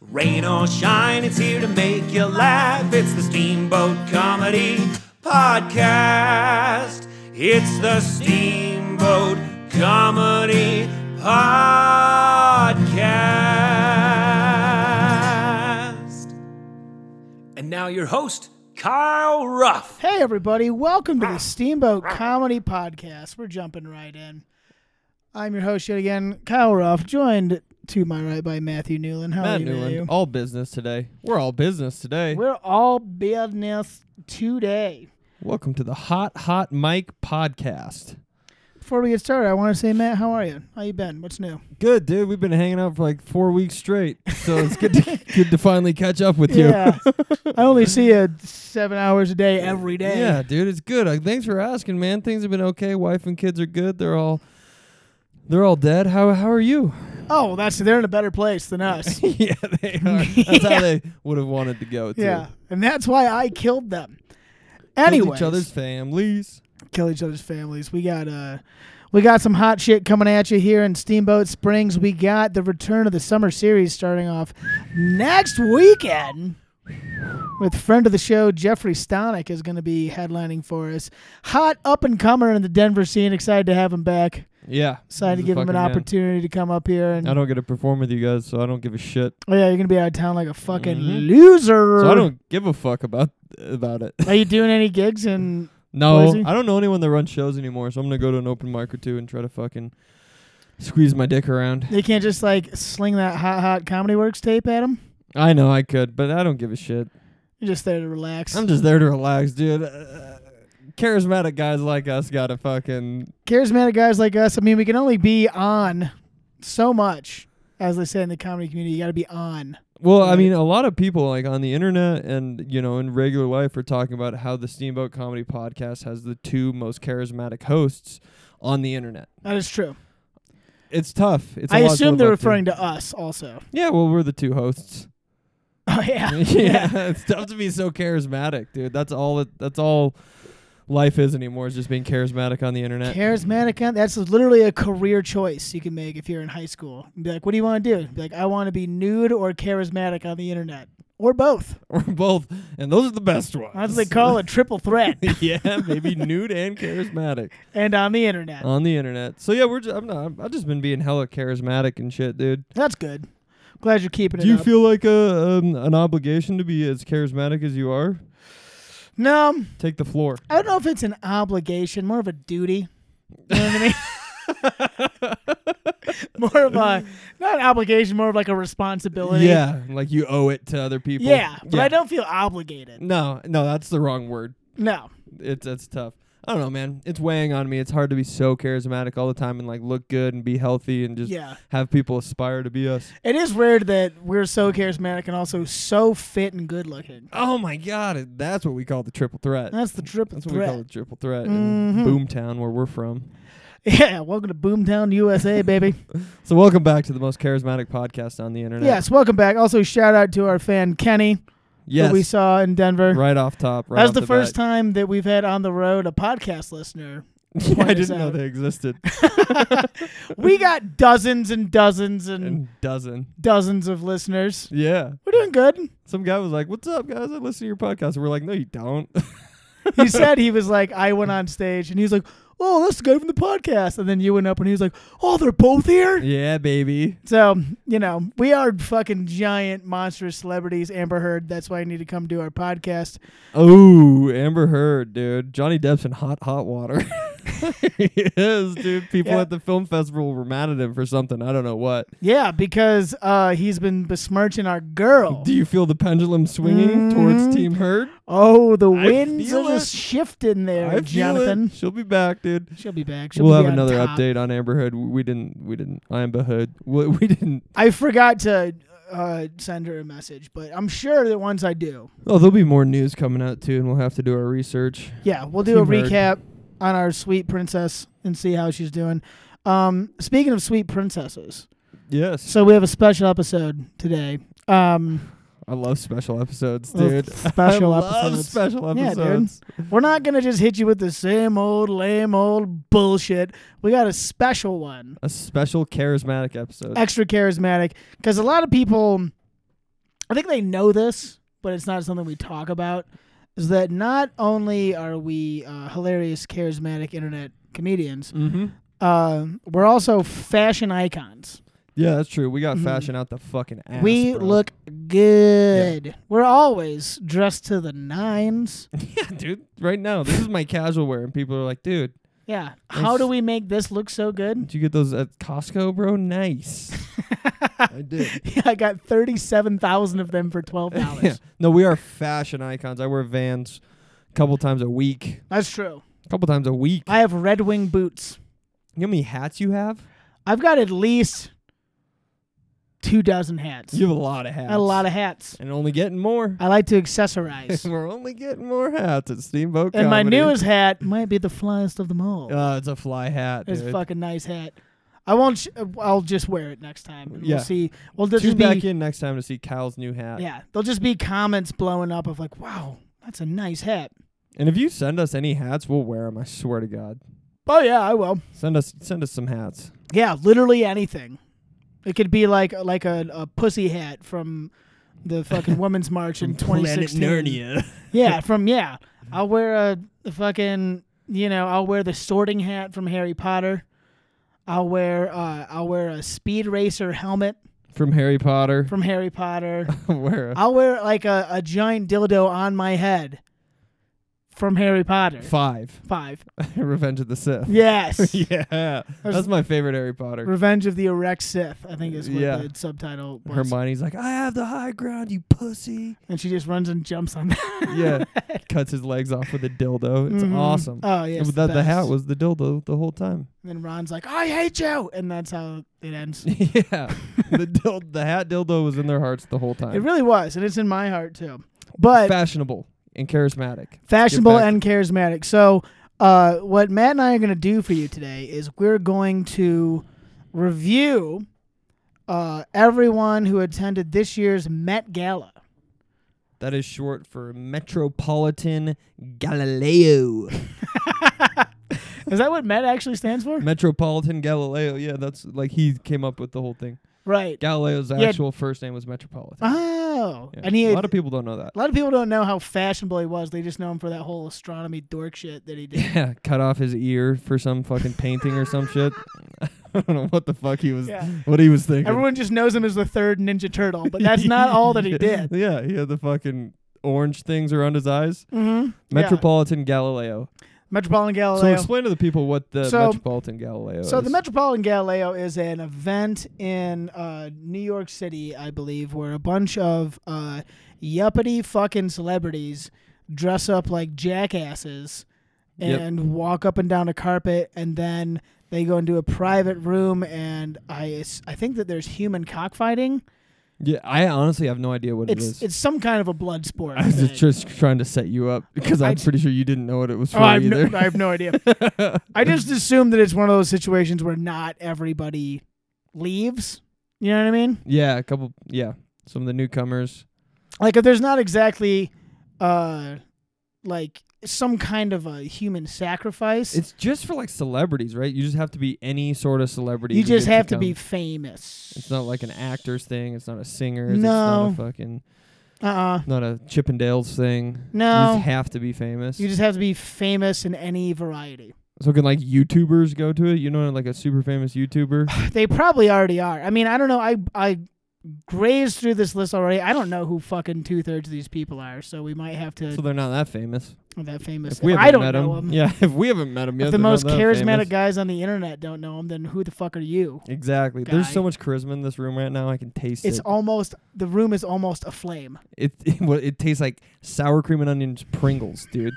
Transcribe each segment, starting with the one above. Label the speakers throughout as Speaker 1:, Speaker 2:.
Speaker 1: Rain or shine, it's here to make you laugh. It's the Steamboat Comedy Podcast. It's the Steamboat Comedy Podcast. And now your host, Kyle Ruff.
Speaker 2: Hey, everybody, welcome to the Steamboat Comedy Podcast. We're jumping right in. I'm your host yet again, Kyle Ruff, joined to my right by Matthew Newland. How
Speaker 3: Matt Oh.
Speaker 2: are you,
Speaker 3: Newland,
Speaker 2: Matthew?
Speaker 3: all business today. We're all business today.
Speaker 2: We're all business today.
Speaker 3: Welcome to the Hot Hot Mike podcast.
Speaker 2: Before we get started, I want to say, Matt, how are you? How you been? What's new?
Speaker 3: Good dude, we've been hanging out for like four weeks straight, so it's good to, good to finally catch up with you.
Speaker 2: Yeah, I only see you seven hours a day every day.
Speaker 3: Yeah, dude, it's good. Uh, thanks for asking, man. Things have been okay. Wife and kids are good. They're all they're all dead. How how are you?
Speaker 2: Oh, well, that's they're in a better place than us.
Speaker 3: yeah, they are. That's how they would have wanted to go. Too.
Speaker 2: yeah, and that's why I killed them.
Speaker 3: Anyway,
Speaker 2: Anyway,
Speaker 3: each other's families.
Speaker 2: kill each other's families. We got uh we got some hot shit coming at you here in Steamboat Springs. We got the return of the summer series starting off next weekend with friend of the show Jeffrey Stonick is going to be headlining for us. Hot up and comer in the Denver scene. Excited to have him back.
Speaker 3: Yeah,
Speaker 2: Excited to
Speaker 3: He's a
Speaker 2: give him an
Speaker 3: fucking man.
Speaker 2: opportunity to come up here and
Speaker 3: I
Speaker 2: oh
Speaker 3: don't get to perform with you guys, so I don't give a shit.
Speaker 2: yeah, you're going to be out of town like a fucking
Speaker 3: Mhm.
Speaker 2: loser.
Speaker 3: So I don't give a fuck about about it.
Speaker 2: Are you doing any gigs and
Speaker 3: No,
Speaker 2: Boise?
Speaker 3: I don't know anyone that runs shows anymore, so I'm gonna go to an open mic or two and try to fucking squeeze my dick around.
Speaker 2: they can't just like sling that hot hot comedy works tape at him?
Speaker 3: I know I could, but I don't give a shit.
Speaker 2: You're just there to relax.
Speaker 3: I'm just there to relax, dude. Uh, charismatic guys like us gotta fucking
Speaker 2: charismatic guys like us, I mean, we can only be on so much, as they say in the comedy community. You got to be on.
Speaker 3: Well, I
Speaker 2: Right.
Speaker 3: mean, a lot of people like on the internet and you know in regular life are talking about how the Steamboat Comedy Podcast has the two most charismatic hosts on the internet.
Speaker 2: That is true.
Speaker 3: It's tough. It's.
Speaker 2: I assume they're referring to us also.
Speaker 3: Yeah, well, we're the two hosts.
Speaker 2: Oh yeah,
Speaker 3: yeah, it's tough to be so charismatic, dude. That's all. It, that's all life is anymore. Is just being charismatic on the internet.
Speaker 2: charismatic. on- That's literally a career choice you can make if you're in high school. Be like, what do you want to do? Be like, I want to be nude or charismatic on the internet or both.
Speaker 3: We're both, and those are the best ones.
Speaker 2: That's what they call it triple threat
Speaker 3: yeah, maybe nude and charismatic
Speaker 2: and on the internet.
Speaker 3: on the internet. So yeah, we're. Just, I'm not. I've just been being hella charismatic and shit, dude.
Speaker 2: That's good. Glad you're keeping it
Speaker 3: Do you
Speaker 2: up.
Speaker 3: feel like a um, an obligation to be as charismatic as you are?
Speaker 2: no,
Speaker 3: Take the floor.
Speaker 2: I don't know if it's an obligation, more of a duty. You know what I mean? more of a not an obligation, more of like a responsibility.
Speaker 3: Yeah, like you owe it to other people.
Speaker 2: Yeah, but I don't feel obligated.
Speaker 3: No, no, that's the wrong word.
Speaker 2: No.
Speaker 3: it's that's tough. I don't know, man. It's weighing on me. It's hard to be so charismatic all the time and like look good and be healthy and just
Speaker 2: Yeah.
Speaker 3: have people aspire to be us.
Speaker 2: It is weird that we're so charismatic and also so fit and good looking.
Speaker 3: Oh my god, that's what we call the triple threat.
Speaker 2: That's the triple
Speaker 3: That's what we
Speaker 2: threat. Mm-hmm.
Speaker 3: call the triple threat in Boomtown where we're from.
Speaker 2: Yeah, welcome to Boomtown USA, baby.
Speaker 3: So welcome back to the most charismatic podcast on the internet.
Speaker 2: yes, welcome back. Also, shout out to our fan Kenny,
Speaker 3: Yes.
Speaker 2: who we saw in Denver.
Speaker 3: right off top. Right
Speaker 2: that was
Speaker 3: off
Speaker 2: the,
Speaker 3: the
Speaker 2: first
Speaker 3: bat.
Speaker 2: time that we've had on the road a podcast listener.
Speaker 3: I
Speaker 2: Pointed us
Speaker 3: didn't know
Speaker 2: out.
Speaker 3: they existed.
Speaker 2: We got dozens and dozens and,
Speaker 3: and dozen.
Speaker 2: dozens of listeners.
Speaker 3: Yeah.
Speaker 2: We're doing good.
Speaker 3: Some guy was like, What's up, guys? I listen to your podcast. And we're like, No, you don't.
Speaker 2: he said he was like, I went on stage and he was like, oh, that's the guy from the podcast. And then you went up and he was like, oh, they're both here.
Speaker 3: yeah, baby.
Speaker 2: So, you know, we are fucking giant monstrous celebrities, Amber Heard. That's why I need to come do our podcast.
Speaker 3: Oh, Amber Heard, dude. Johnny Depp's in hot, hot water. he is, dude. People
Speaker 2: Yeah.
Speaker 3: at the film festival were mad at him for something. I don't know what.
Speaker 2: Yeah, because uh, he's been besmirching our girl.
Speaker 3: Do you feel the pendulum swinging
Speaker 2: Mhm.
Speaker 3: towards Team Heard?
Speaker 2: Oh, the winds
Speaker 3: feel
Speaker 2: are just
Speaker 3: it.
Speaker 2: shifting there,
Speaker 3: I feel
Speaker 2: Jonathan.
Speaker 3: it. She'll be back, dude.
Speaker 2: She'll be back. She'll
Speaker 3: we'll
Speaker 2: be
Speaker 3: have
Speaker 2: on
Speaker 3: another
Speaker 2: top.
Speaker 3: update on Amber Heard. We didn't. We didn't. Amber Heard. We, we didn't.
Speaker 2: I forgot to uh, send her a message, but I'm sure that once I do,
Speaker 3: Oh, there'll be more news coming out too, and we'll have to do our research.
Speaker 2: Yeah, we'll do a
Speaker 3: Team Bird.
Speaker 2: recap on our sweet princess and see how she's doing. Um, speaking of sweet princesses,
Speaker 3: Yes,
Speaker 2: so we have a special episode today. Um,
Speaker 3: I love special episodes,
Speaker 2: Those
Speaker 3: dude.
Speaker 2: special
Speaker 3: I love
Speaker 2: episodes.
Speaker 3: special
Speaker 2: Yeah, dude.
Speaker 3: episodes.
Speaker 2: we're not gonna just hit you with the same old lame old bullshit. We got a special one,
Speaker 3: A special charismatic episode.
Speaker 2: extra charismatic, because a lot of people I think they know this, but it's not something we talk about. Is that not only are we uh, hilarious, charismatic internet comedians,
Speaker 3: Mm-hmm.
Speaker 2: uh, we're also fashion icons.
Speaker 3: Yeah, that's true. We got
Speaker 2: Mhm.
Speaker 3: fashion out the fucking ass.
Speaker 2: we
Speaker 3: bro.
Speaker 2: look good. We're always dressed to the nines.
Speaker 3: yeah, dude. Right now, this is my casual wear, and people are like, dude,
Speaker 2: Yeah. How
Speaker 3: Nice.
Speaker 2: do we make this look so good?
Speaker 3: did you get those at Costco, bro? Nice. I did.
Speaker 2: Yeah, I got thirty-seven thousand of them for twelve dollars.
Speaker 3: yeah. No, we are fashion icons. I wear Vans a couple times a week.
Speaker 2: That's true.
Speaker 3: A couple times a week.
Speaker 2: I have Red Wing boots.
Speaker 3: you know how many hats you have?
Speaker 2: I've got at least two dozen hats.
Speaker 3: You have a lot of hats.
Speaker 2: a lot of hats.
Speaker 3: and only getting more.
Speaker 2: I like to accessorize.
Speaker 3: We're only getting more hats at Steamboat
Speaker 2: and my
Speaker 3: Comedy.
Speaker 2: newest hat might be the flyest of them all.
Speaker 3: Uh, it's a fly hat.
Speaker 2: it's a
Speaker 3: dude.
Speaker 2: fucking nice hat. I won't. Sh- uh, I'll just wear it next time. And
Speaker 3: Yeah.
Speaker 2: We'll see. Well, they'll
Speaker 3: Tune
Speaker 2: just be.
Speaker 3: back in next time to see Cal's new hat.
Speaker 2: Yeah, there'll just be comments blowing up of like, "Wow, that's a nice hat."
Speaker 3: And if you send us any hats, we'll wear them. I swear to God.
Speaker 2: Oh yeah, I will.
Speaker 3: Send us send us some hats.
Speaker 2: Yeah, literally anything. It could be like like a, a pussy hat from the fucking Women's March in 2016. Yeah, from yeah. I'll wear a, a fucking you know I'll wear the sorting hat from Harry Potter. I'll wear uh, I'll wear a speed racer helmet
Speaker 3: from Harry Potter.
Speaker 2: from Harry Potter.
Speaker 3: Where a
Speaker 2: I'll wear like a, a giant dildo on my head from Harry Potter.
Speaker 3: five.
Speaker 2: Five.
Speaker 3: Revenge of the Sith.
Speaker 2: Yes.
Speaker 3: yeah, that's my favorite Harry Potter.
Speaker 2: Revenge of the Erect Sith, I think is what
Speaker 3: Yeah.
Speaker 2: the subtitle was.
Speaker 3: Hermione's like, I have the high ground, you pussy.
Speaker 2: and she just runs and jumps on that.
Speaker 3: Yeah, cuts his legs off with a dildo. Mm-hmm. It's
Speaker 2: Mhm.
Speaker 3: awesome.
Speaker 2: Oh yeah. it's
Speaker 3: that the hat
Speaker 2: best.
Speaker 3: was the dildo the whole time.
Speaker 2: And then Ron's like, "I hate you," and that's how it ends.
Speaker 3: yeah, the dil- the hat dildo was in their hearts the whole time.
Speaker 2: It really was, and it's in my heart too. But
Speaker 3: Fashionable and charismatic.
Speaker 2: fashionable
Speaker 3: Get back
Speaker 2: and charismatic. So, uh, what Matt and I are going to do for you today is we're going to review uh, everyone who attended this year's Met Gala.
Speaker 3: That is short for Metropolitan Galileo.
Speaker 2: Is that what Met actually stands for?
Speaker 3: Metropolitan Galileo. Yeah, that's like he came up with the whole thing.
Speaker 2: Right.
Speaker 3: Galileo's
Speaker 2: Yeah.
Speaker 3: actual first name was Metropolitan.
Speaker 2: Oh,
Speaker 3: Yeah.
Speaker 2: and he
Speaker 3: a
Speaker 2: had,
Speaker 3: lot of people don't know that.
Speaker 2: a lot of people don't know how fashionable he was. They just know him for that whole astronomy dork shit that he did.
Speaker 3: Yeah, cut off his ear for some fucking painting or some shit. I don't know what the fuck he was,
Speaker 2: Yeah.
Speaker 3: what he was thinking.
Speaker 2: Everyone just knows him as the third Ninja Turtle, but that's not all that he did.
Speaker 3: Yeah, he had the fucking orange things around his eyes.
Speaker 2: Mm-hmm.
Speaker 3: Metropolitan Galileo.
Speaker 2: Metropolitan Galileo.
Speaker 3: So explain to the people what the
Speaker 2: So-
Speaker 3: Metropolitan Galileo
Speaker 2: So
Speaker 3: is.
Speaker 2: the Metropolitan Galileo is an event in uh, New York City, I believe, where a bunch of uh, yuppity fucking celebrities dress up like jackasses
Speaker 3: Yep.
Speaker 2: and walk up and down a carpet, and then they go into a private room, and I s- I think that there's human cockfighting.
Speaker 3: yeah, I honestly have no idea what
Speaker 2: It's
Speaker 3: it is.
Speaker 2: it's some kind of a blood sport.
Speaker 3: I was
Speaker 2: thing.
Speaker 3: just, just trying to set you up because I'm
Speaker 2: I-
Speaker 3: pretty sure you didn't know what it was for
Speaker 2: Oh, I have,
Speaker 3: either.
Speaker 2: no, I have no idea. I just assume that it's one of those situations where not everybody leaves. You know what I mean?
Speaker 3: yeah, a couple. Yeah, some of the newcomers.
Speaker 2: like if there's not exactly uh like some kind of a human sacrifice
Speaker 3: It's just for like celebrities, right? You just have to be any sort of celebrity.
Speaker 2: you
Speaker 3: to
Speaker 2: just
Speaker 3: get
Speaker 2: have to
Speaker 3: come.
Speaker 2: be famous
Speaker 3: It's not like an actor's thing. It's not a singer's. It's
Speaker 2: No.
Speaker 3: not a fucking.
Speaker 2: uh-uh
Speaker 3: Not a Chippendales thing. You
Speaker 2: No.
Speaker 3: just have to be famous.
Speaker 2: you just have to be famous in any variety
Speaker 3: so can like YouTubers go to it? You know, like a super famous YouTuber.
Speaker 2: they probably already are i mean i don't know i i grazed through this list already i don't know who fucking two-thirds of these people are so we might have to
Speaker 3: so they're not that famous.
Speaker 2: that famous
Speaker 3: If we haven't
Speaker 2: i don't
Speaker 3: met
Speaker 2: know
Speaker 3: 'em-
Speaker 2: them
Speaker 3: Yeah, if we haven't met them yet,
Speaker 2: if the
Speaker 3: they're not
Speaker 2: most
Speaker 3: that
Speaker 2: charismatic
Speaker 3: famous.
Speaker 2: guys on the internet don't know him then who the fuck are you
Speaker 3: Exactly. There's
Speaker 2: guy-
Speaker 3: so much charisma in this room right now. I can taste
Speaker 2: it's
Speaker 3: it.
Speaker 2: almost the room is almost aflame
Speaker 3: It it, wa- it tastes like sour cream and onions Pringles, dude.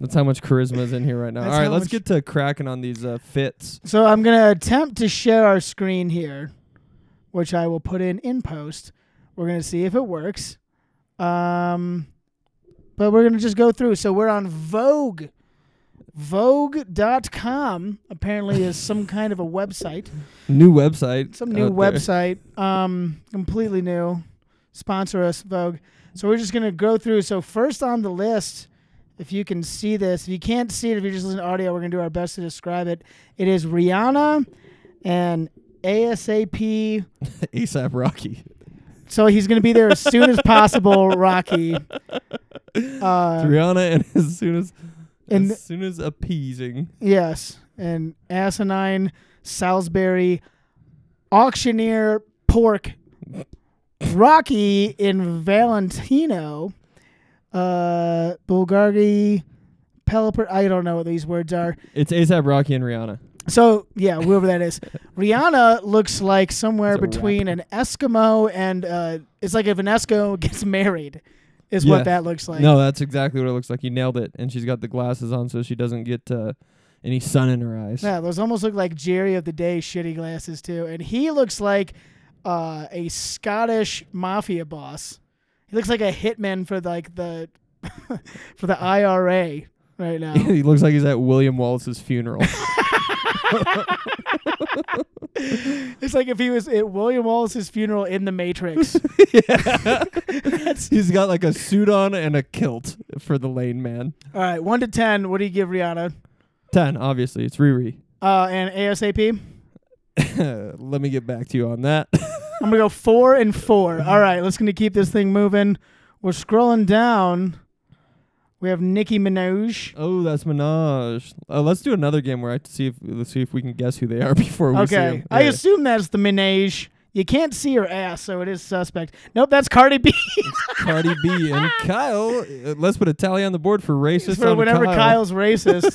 Speaker 3: That's how much charisma is in here right now.
Speaker 2: That's
Speaker 3: All right,
Speaker 2: how
Speaker 3: let's
Speaker 2: much-
Speaker 3: get to cracking on these uh, fits.
Speaker 2: So I'm going to attempt to share our screen here, which I will put in in post. We're going to see if it works. Um, but we're going to just go through. So we're on Vogue. Vogue.com apparently is some kind of a website,
Speaker 3: New website.
Speaker 2: some new
Speaker 3: out there.
Speaker 2: website, um, completely new. Sponsor us, Vogue. So we're just going to go through. So, first on the list, if you can see this, if you can't see it, if you're just listening to audio, we're going to do our best to describe it. It is Rihanna and ASAP
Speaker 3: ASAP Rocky.
Speaker 2: So he's going to be there as soon as possible, Rocky. Uh,
Speaker 3: Rihanna and as soon as
Speaker 2: And-
Speaker 3: as soon as appeasing.
Speaker 2: yes, and asinine Salisbury auctioneer pork Rocky in Valentino, uh, Bulgari, Pelipper. I don't know what these words are.
Speaker 3: It's ASAP Rocky and Rihanna.
Speaker 2: So yeah, whoever that is, Rihanna looks like somewhere
Speaker 3: It's a
Speaker 2: between an Eskimo and uh, it's like if an Eskimo gets married, is
Speaker 3: Yeah.
Speaker 2: what that looks like.
Speaker 3: no, that's exactly what it looks like. You nailed it. And she's got the glasses on so she doesn't get uh, any sun in her eyes.
Speaker 2: Yeah, those almost look like Jerry of the Day shitty glasses too, and he looks like uh, a Scottish mafia boss. He looks like a hitman for like the for the IRA right now.
Speaker 3: he looks like he's at William Wallace's funeral.
Speaker 2: it's like if he was at William Wallace's funeral in The Matrix.
Speaker 3: he's got like a suit on and a kilt for the lane man.
Speaker 2: All right, one to ten. What do you give Rihanna?
Speaker 3: 10, obviously. It's Riri.
Speaker 2: Uh, and ASAP.
Speaker 3: Let me get back to you on that.
Speaker 2: I'm gonna go four and four. All right, let's gonna keep this thing moving. We're scrolling down. We have Nicki Minaj.
Speaker 3: oh, that's Minaj. Uh, let's do another game where I see if let's see if we can guess who they are before we see
Speaker 2: Okay,
Speaker 3: them.
Speaker 2: I
Speaker 3: Yeah.
Speaker 2: assume that's the Minaj. You can't see her ass, so it is suspect. Nope, that's Cardi B.
Speaker 3: Cardi B and Kyle. Uh, Let's put a tally on the board for racist.
Speaker 2: for
Speaker 3: on
Speaker 2: whenever
Speaker 3: Kyle.
Speaker 2: Kyle's racist,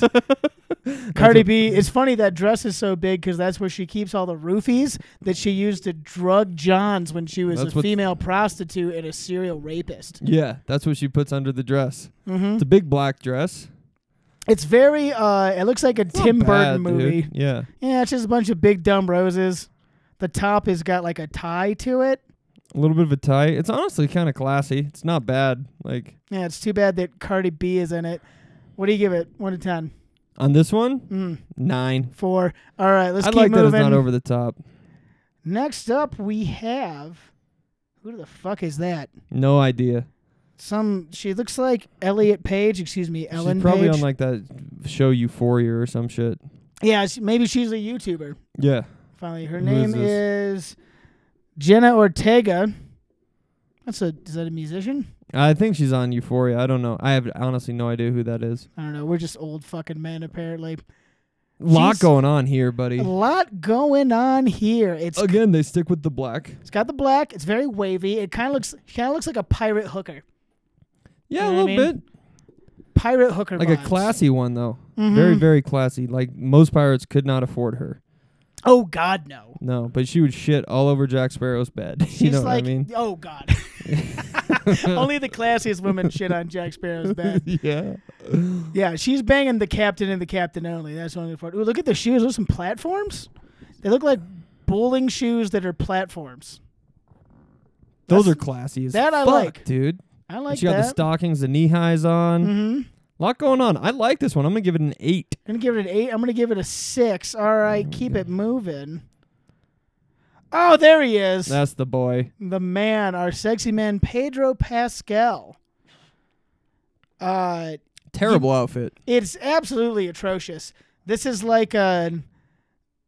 Speaker 2: Cardi B. It's funny that dress is so big because that's where she keeps all the roofies that she used to drug Johns when she was
Speaker 3: That's
Speaker 2: a
Speaker 3: what-
Speaker 2: female prostitute and a serial rapist.
Speaker 3: Yeah, that's what she puts under the dress.
Speaker 2: Mm-hmm.
Speaker 3: It's a big black dress.
Speaker 2: It's very. uh It looks like a
Speaker 3: Not
Speaker 2: Tim Burton
Speaker 3: bad, dude.
Speaker 2: movie.
Speaker 3: Yeah.
Speaker 2: Yeah, it's just a bunch of big dumb roses. The top has got like a tie to it.
Speaker 3: A little bit of a tie. It's honestly kind of classy. It's not bad. Like
Speaker 2: Yeah, it's too bad that Cardi B is in it. What do you give it? One to ten.
Speaker 3: on this one,
Speaker 2: Mm.
Speaker 3: nine.
Speaker 2: Four. All right, let's
Speaker 3: I
Speaker 2: keep
Speaker 3: like
Speaker 2: moving.
Speaker 3: that it's not over the top.
Speaker 2: Next up, we have who the fuck is that?
Speaker 3: No idea.
Speaker 2: Some she looks like Elliot Page. Excuse me, Ellen
Speaker 3: She's probably
Speaker 2: Page.
Speaker 3: on like that show Euphoria or some shit.
Speaker 2: yeah, she, maybe she's a YouTuber.
Speaker 3: Yeah.
Speaker 2: Finally, her
Speaker 3: Who
Speaker 2: name
Speaker 3: is
Speaker 2: is Jenna Ortega. That's a is that a musician?
Speaker 3: I think she's on Euphoria. I don't know. I have honestly no idea who that is.
Speaker 2: I don't know. We're just old fucking men apparently.
Speaker 3: Lot
Speaker 2: She's-
Speaker 3: going on here, buddy.
Speaker 2: A lot going on here. It's
Speaker 3: Again, they stick with the black.
Speaker 2: it's got the black. It's very wavy. It kind of looks kind of looks like a pirate hooker.
Speaker 3: Yeah,
Speaker 2: You know what
Speaker 3: a
Speaker 2: I
Speaker 3: little
Speaker 2: mean?
Speaker 3: bit.
Speaker 2: Pirate hooker.
Speaker 3: like a
Speaker 2: vibes. Mm-hmm.
Speaker 3: classy one though. Very very classy. Like most pirates could not afford her.
Speaker 2: Oh God, no.
Speaker 3: No, but she would shit all over Jack Sparrow's bed. you
Speaker 2: She's
Speaker 3: know
Speaker 2: like,
Speaker 3: what I mean?
Speaker 2: oh god. Only the classiest women shit on Jack Sparrow's bed.
Speaker 3: yeah.
Speaker 2: Yeah, she's banging the captain and the captain only. That's only for. Ooh, look at the shoes. Those some platforms. They look like bowling shoes that are platforms.
Speaker 3: Those
Speaker 2: That's-
Speaker 3: are classy as
Speaker 2: that I
Speaker 3: fuck,
Speaker 2: like.
Speaker 3: dude.
Speaker 2: I like
Speaker 3: she got the
Speaker 2: that.
Speaker 3: stockings, the knee highs on.
Speaker 2: Mhm.
Speaker 3: lot going on. I like this one. I'm gonna give it an eight.
Speaker 2: I'm gonna give it an eight. I'm gonna give it a six. All right,
Speaker 3: Oh,
Speaker 2: keep it moving. Oh, there he is.
Speaker 3: That's the boy.
Speaker 2: the man, our sexy man, Pedro Pascal. Uh,
Speaker 3: Terrible outfit.
Speaker 2: it's absolutely atrocious. This is like a,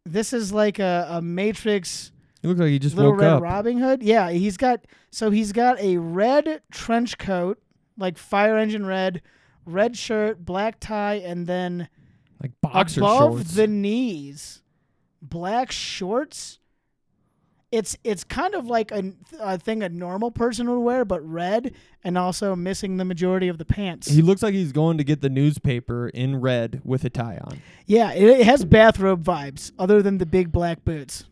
Speaker 2: this is like a, a Matrix
Speaker 3: He looks like he just
Speaker 2: Little
Speaker 3: woke
Speaker 2: Red
Speaker 3: up.
Speaker 2: Robin Hood. Yeah, he's got so he's got a red trench coat, like fire engine red, red shirt, black tie, and then
Speaker 3: Like boxer
Speaker 2: above
Speaker 3: shorts.
Speaker 2: the knees, black shorts. It's it's kind of like a, a thing a normal person would wear, but red and also missing the majority of the pants.
Speaker 3: he looks like he's going to get the newspaper in red with a tie on.
Speaker 2: yeah, it, it has bathrobe vibes, other than the big black boots.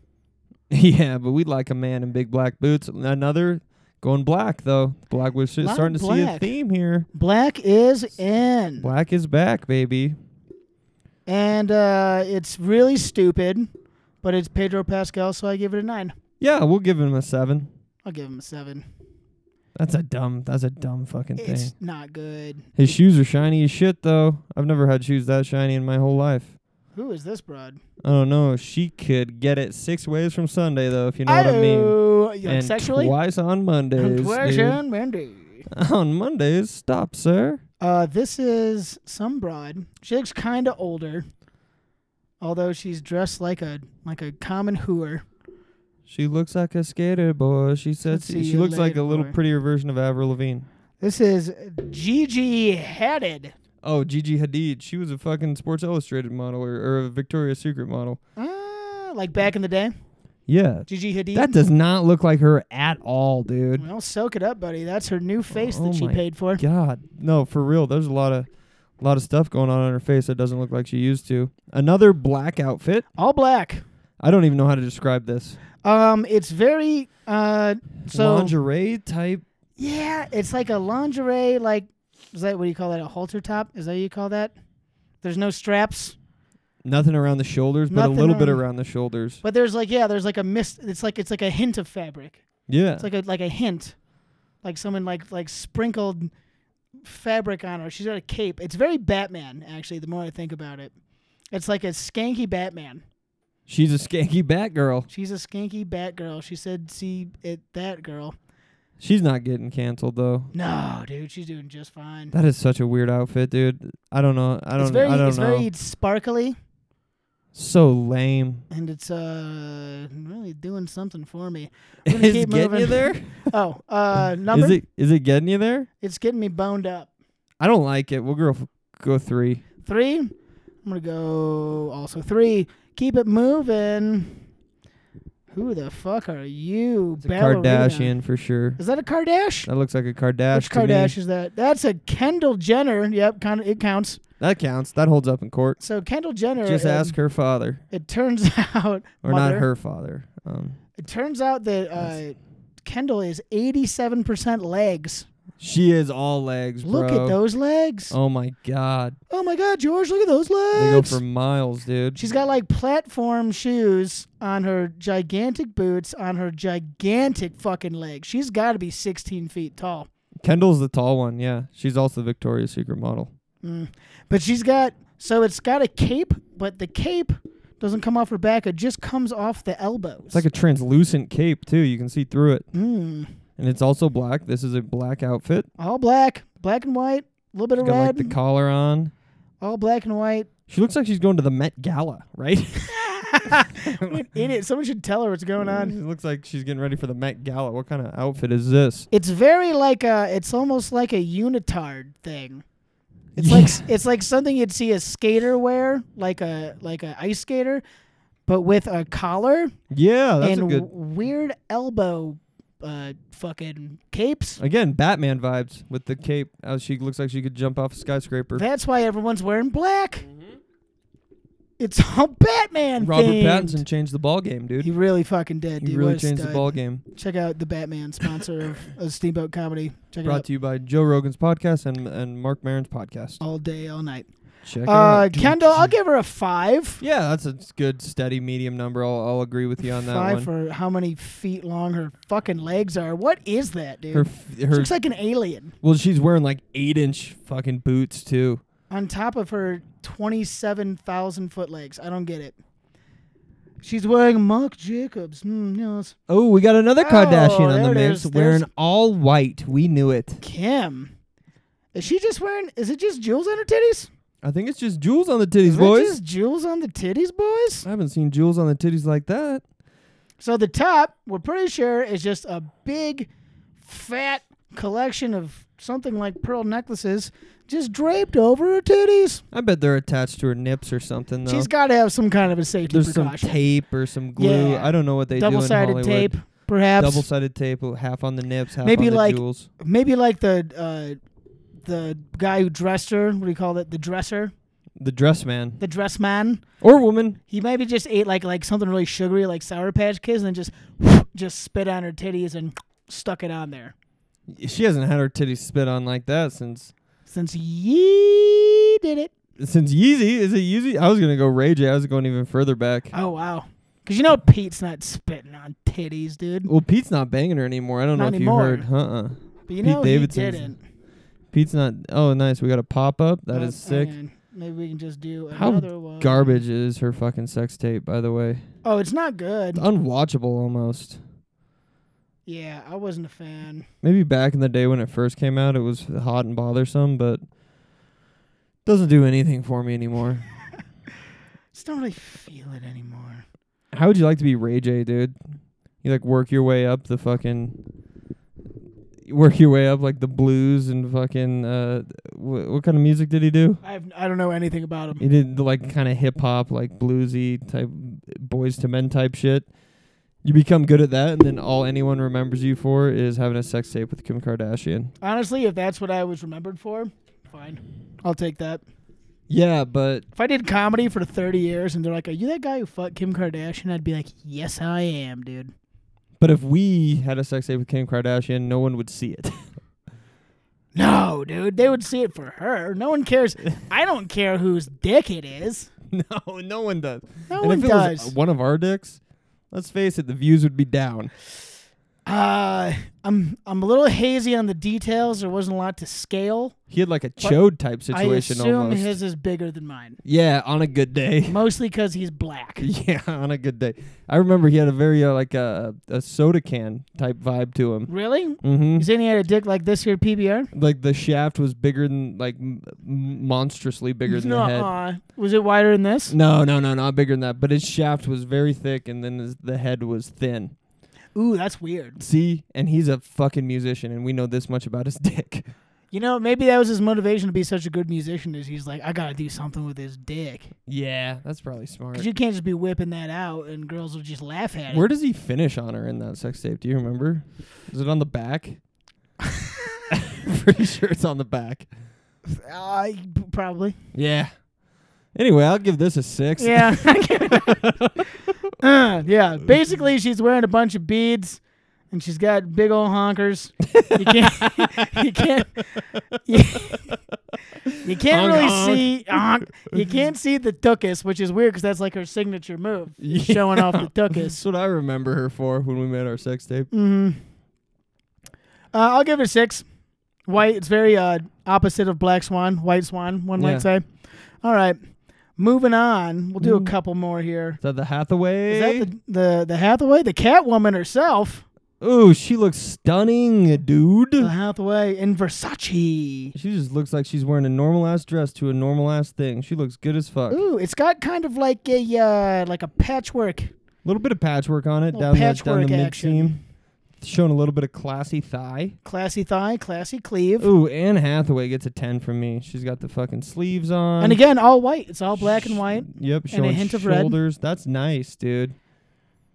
Speaker 3: Yeah, but we like a man in big black boots. Another going black though. Black was
Speaker 2: Lot of
Speaker 3: starting to see a
Speaker 2: black.
Speaker 3: theme here.
Speaker 2: Black is in,
Speaker 3: Black is back, baby.
Speaker 2: and uh, it's really stupid, but it's Pedro Pascal, so I give it a nine.
Speaker 3: Yeah, we'll give him a seven.
Speaker 2: I'll give him a seven.
Speaker 3: That's a dumb. That's a dumb fucking
Speaker 2: It's
Speaker 3: thing.
Speaker 2: not good.
Speaker 3: His shoes are shiny as shit though. I've never had shoes that shiny in my whole life.
Speaker 2: Who is this broad?
Speaker 3: I don't know. Oh, She could get it six ways from Sunday though, if you know what I mean.
Speaker 2: Oh, you like
Speaker 3: and
Speaker 2: sexually?
Speaker 3: twice on Mondays. dude.
Speaker 2: Contortion Wendy.
Speaker 3: On Mondays, stop, sir.
Speaker 2: Uh, this is some broad. She looks kind of older, although she's dressed like a like a common hooer.
Speaker 3: She looks like a skater boy. She says
Speaker 2: see
Speaker 3: she, she
Speaker 2: you
Speaker 3: looks like
Speaker 2: later,
Speaker 3: a little
Speaker 2: boy.
Speaker 3: prettier version of Avril Lavigne.
Speaker 2: This is Gigi Hadid.
Speaker 3: Oh, Gigi Hadid. She was a fucking Sports Illustrated model or, or a Victoria's Secret model.
Speaker 2: Uh, like back in the day,
Speaker 3: Yeah.
Speaker 2: Gigi Hadid.
Speaker 3: That does not look like her at all, dude.
Speaker 2: well, soak it up, buddy. That's her new face
Speaker 3: Oh
Speaker 2: that she
Speaker 3: my
Speaker 2: paid for.
Speaker 3: God, no, for real. There's a lot of, lot of stuff going on on her face that doesn't look like she used to. Another black outfit.
Speaker 2: All black.
Speaker 3: I don't even know how to describe this.
Speaker 2: Um, it's very uh, so
Speaker 3: Lingerie type.
Speaker 2: yeah, it's like a lingerie. Like, is that what do you call that? A halter top? Is that what you call that? There's no straps,
Speaker 3: Nothing around the shoulders, but
Speaker 2: Nothing
Speaker 3: a little bit
Speaker 2: around-
Speaker 3: around the shoulders.
Speaker 2: but there's like yeah, there's like a mist. It's like it's like a hint of fabric.
Speaker 3: Yeah.
Speaker 2: It's like a like a hint, like someone like like sprinkled fabric on her. She's got a cape. It's very Batman actually. The more I think about it, it's like a skanky Batman.
Speaker 3: She's a skanky Batgirl.
Speaker 2: She's a skanky Batgirl. She said, "See it, that girl."
Speaker 3: She's not getting canceled though.
Speaker 2: No, dude, she's doing just fine.
Speaker 3: That is such a weird outfit, dude. I don't know. I don't.
Speaker 2: it's very,
Speaker 3: I don't
Speaker 2: it's
Speaker 3: know.
Speaker 2: very sparkly,
Speaker 3: so lame.
Speaker 2: and it's uh really doing something for me. We're gonna
Speaker 3: is
Speaker 2: keep
Speaker 3: it getting you
Speaker 2: moving.
Speaker 3: there?
Speaker 2: Oh, uh, number.
Speaker 3: Is it? Is it getting you there?
Speaker 2: It's getting me boned up.
Speaker 3: I don't like it. We'll go f- go three.
Speaker 2: Three. I'm gonna go also three. Keep it moving. Who the fuck are you,
Speaker 3: It's a
Speaker 2: ballerina?
Speaker 3: Kardashian for sure.
Speaker 2: Is that a Kardash?
Speaker 3: That looks like a Kardashian.
Speaker 2: Which Kardash is that? That's a Kendall Jenner. Yep, kind of it counts.
Speaker 3: That counts. That holds up in court.
Speaker 2: So Kendall Jenner.
Speaker 3: Just
Speaker 2: um,
Speaker 3: ask her father,
Speaker 2: It turns out,
Speaker 3: or
Speaker 2: mother,
Speaker 3: not her father. Um,
Speaker 2: It turns out that uh, Kendall is 87% legs.
Speaker 3: she is all legs, bro.
Speaker 2: Look at those legs. Oh.
Speaker 3: Oh my god,
Speaker 2: my God, George, look at those
Speaker 3: they go
Speaker 2: legs.
Speaker 3: for miles, dude.
Speaker 2: She's got like platform shoes on her gigantic boots on her gigantic fucking legs. She's got to be 16 feet tall.
Speaker 3: Kendall's the tall one. Yeah, she's also Victoria's Secret model.
Speaker 2: But she's got, so it's got a cape, but the cape doesn't come off her back. It just comes off the elbows.
Speaker 3: It's like a translucent cape too. You can see through it,
Speaker 2: mm,
Speaker 3: and it's also black. This is a black outfit.
Speaker 2: all black, black and white, a little bit
Speaker 3: She's
Speaker 2: of
Speaker 3: got
Speaker 2: red,
Speaker 3: like the collar on.
Speaker 2: all black and white.
Speaker 3: She looks like she's going to the Met Gala, right?
Speaker 2: What an idiot. Someone should tell her what's going
Speaker 3: She
Speaker 2: on.
Speaker 3: looks like she's getting ready for the Met Gala. What kind of outfit is this?
Speaker 2: It's very like a. It's almost like a unitard thing. It's
Speaker 3: Yeah.
Speaker 2: like it's like something you'd see a skater wear, like a like a ice skater, but with a collar
Speaker 3: Yeah, Oh, that's
Speaker 2: and
Speaker 3: a good.
Speaker 2: w- weird elbow, uh, fucking capes.
Speaker 3: Again, Batman vibes with the cape. How she looks like she could jump off a skyscraper.
Speaker 2: That's why everyone's wearing black. It's all Batman.
Speaker 3: Mm-hmm. Robert
Speaker 2: themed.
Speaker 3: Pattinson changed the ball game, dude.
Speaker 2: He
Speaker 3: He,
Speaker 2: really fucking did. dude.
Speaker 3: really
Speaker 2: What a
Speaker 3: changed the
Speaker 2: stud.
Speaker 3: ball game.
Speaker 2: Check out the Batman sponsor of, of Steamboat Comedy. Check it
Speaker 3: Brought
Speaker 2: out
Speaker 3: to you by Joe Rogan's podcast and and Mark Maron's podcast.
Speaker 2: all day, all night.
Speaker 3: Check it
Speaker 2: Uh,
Speaker 3: out.
Speaker 2: Kendall, I'll give her a five.
Speaker 3: Yeah, that's a good steady medium number. I'll, I'll agree with you on that
Speaker 2: five
Speaker 3: one.
Speaker 2: for how many feet long her fucking legs are. What is that, dude?
Speaker 3: her f-
Speaker 2: she
Speaker 3: her
Speaker 2: looks like an alien
Speaker 3: well, she's wearing like eight inch fucking boots too.
Speaker 2: on top of her 27,000 foot legs. I don't get it. She's wearing Marc Jacobs. Hmm, yes.
Speaker 3: Oh, we got another
Speaker 2: Oh,
Speaker 3: Kardashian on
Speaker 2: there
Speaker 3: the
Speaker 2: it
Speaker 3: mix,
Speaker 2: is.
Speaker 3: wearing
Speaker 2: There's-
Speaker 3: all white. We knew it.
Speaker 2: Kim. Is she just wearing, is it just jewels on her titties?
Speaker 3: I think it's just jewels on the
Speaker 2: Is
Speaker 3: titties,
Speaker 2: it
Speaker 3: boys.
Speaker 2: just jewels on the titties, boys?
Speaker 3: I haven't seen jewels on the titties like that.
Speaker 2: So the top, we're pretty sure, is just a big, fat collection of something like pearl necklaces, just draped over her titties.
Speaker 3: I bet they're attached to her nips or something though.
Speaker 2: She's got to have some kind of a safety
Speaker 3: There's some
Speaker 2: precaution.
Speaker 3: tape or some glue.
Speaker 2: Yeah.
Speaker 3: I don't know what they do in
Speaker 2: Double-sided
Speaker 3: Hollywood.
Speaker 2: tape, perhaps.
Speaker 3: Double-sided tape, half on the nips, half
Speaker 2: Maybe
Speaker 3: on the
Speaker 2: like-
Speaker 3: jewels.
Speaker 2: Maybe like the uh, the guy who dressed her. What do you call it? The dresser,
Speaker 3: The dress man
Speaker 2: the dress man.
Speaker 3: or woman.
Speaker 2: He maybe just ate like like something really sugary, like Sour Patch Kids, and just just spit on her titties and stuck it on there.
Speaker 3: She hasn't had her titties spit on like that since
Speaker 2: Since ye did it.
Speaker 3: since Yeezy. Is it Yeezy? I was gonna go Ray J. I was going even further back.
Speaker 2: Oh wow. Cause you know Pete's not spitting on titties, dude.
Speaker 3: Well, Pete's not banging her anymore. I don't know
Speaker 2: Not
Speaker 3: if
Speaker 2: anymore.
Speaker 3: you heard. Uh uh
Speaker 2: But you
Speaker 3: Pete
Speaker 2: know he
Speaker 3: Davidson's
Speaker 2: didn't.
Speaker 3: Pete's not. Oh, nice. We got a pop up. That
Speaker 2: Uh,
Speaker 3: is sick.
Speaker 2: hang on. Maybe we can just do
Speaker 3: How
Speaker 2: another one.
Speaker 3: Garbage is her fucking sex tape, by the way.
Speaker 2: Oh, it's not good.
Speaker 3: It's unwatchable almost.
Speaker 2: Yeah, I wasn't a fan.
Speaker 3: Maybe back in the day when it first came out, it was hot and bothersome, but doesn't do anything for me anymore.
Speaker 2: Just don't really feel it anymore.
Speaker 3: How would you like to be Ray J, dude? You like work your way up the fucking. you Work your way up like the blues and fucking. Uh, wh- what kind of music did he do?
Speaker 2: I have, I don't know anything about him.
Speaker 3: He did the, like kind of hip hop, like bluesy type, boys to men type shit. You become good at that, and then all anyone remembers you for is having a sex tape with Kim Kardashian.
Speaker 2: Honestly, if that's what I was remembered for, fine. I'll take that.
Speaker 3: Yeah, but
Speaker 2: If I did comedy for 30 years and they're like, "Are you that guy who fucked Kim Kardashian?" I'd be like, "Yes, I am, dude."
Speaker 3: but if we had a sex tape with Kim Kardashian, no one would see it.
Speaker 2: No, dude. They would see it for her. No one cares. I don't care whose dick it is.
Speaker 3: no, no one does.
Speaker 2: No
Speaker 3: and
Speaker 2: one
Speaker 3: if it
Speaker 2: does.
Speaker 3: was one of our dicks, let's face it, the views would be down.
Speaker 2: Uh, I'm I'm a little hazy on the details. There wasn't a lot to scale.
Speaker 3: He had like a chode type situation
Speaker 2: I assume
Speaker 3: almost.
Speaker 2: his is bigger than mine,
Speaker 3: yeah, on a good day.
Speaker 2: mostly because he's black.
Speaker 3: yeah, on a good day. I remember he had a very uh, like a a soda can type vibe to him.
Speaker 2: Really?
Speaker 3: Mm-hmm.
Speaker 2: You saying he had a dick like this here PBR?
Speaker 3: like the shaft was bigger than like m- m- monstrously bigger than the head.
Speaker 2: Nuh-uh. Was it wider than this?
Speaker 3: No, no, no, not bigger than that. But his shaft was very thick, and then his, the head was thin.
Speaker 2: Ooh, that's weird.
Speaker 3: See, and he's a fucking musician, and we know this much about his dick.
Speaker 2: You know, maybe that was his motivation to be such a good musician. Is he's like, I gotta do something with his dick,
Speaker 3: Yeah, that's probably smart.
Speaker 2: because you can't just be whipping that out and girls will just laugh at it.
Speaker 3: Where does he finish on her in that sex tape? Do you remember? Is it on the back? Pretty sure it's on the back.
Speaker 2: Uh, p- probably.
Speaker 3: Yeah. Anyway, I'll give this a six.
Speaker 2: Yeah. Uh, yeah. Basically, she's wearing a bunch of beads, and she's got big old honkers. You can't. you can't. You, you can't
Speaker 3: Honk,
Speaker 2: really
Speaker 3: honk.
Speaker 2: see. honk. you can't see the tuchus, which is weird because that's like her signature move, is
Speaker 3: Yeah.
Speaker 2: showing off the
Speaker 3: That's
Speaker 2: tuchus.
Speaker 3: what I remember her for when we made our sex tape.
Speaker 2: Mm-hmm. Uh, I'll give it a six. White. It's very uh, opposite of black swan. White swan. One
Speaker 3: Yeah.
Speaker 2: might say. All right. Moving on. We'll do a
Speaker 3: Mm.
Speaker 2: couple more here.
Speaker 3: Is that the Hathaway?
Speaker 2: Is that the, the the Hathaway, the Catwoman herself,
Speaker 3: Ooh, she looks stunning, dude.
Speaker 2: the Hathaway in Versace?
Speaker 3: She just looks like she's wearing a normal ass dress to a normal ass thing. She looks good as fuck. A
Speaker 2: Ooh, it's got kind of like a uh, like a patchwork.
Speaker 3: little bit of patchwork on it
Speaker 2: Little
Speaker 3: down the, down the
Speaker 2: patchwork
Speaker 3: mid seam.
Speaker 2: action.
Speaker 3: Showing a little bit of classy thigh.
Speaker 2: Classy thigh, classy cleave,
Speaker 3: Ooh, Anne Hathaway gets a 10 from me. She's got the fucking sleeves on.
Speaker 2: and again all white. It's all black and white.
Speaker 3: Yep,
Speaker 2: a
Speaker 3: showing
Speaker 2: hint of red.
Speaker 3: shoulders. That's nice, dude.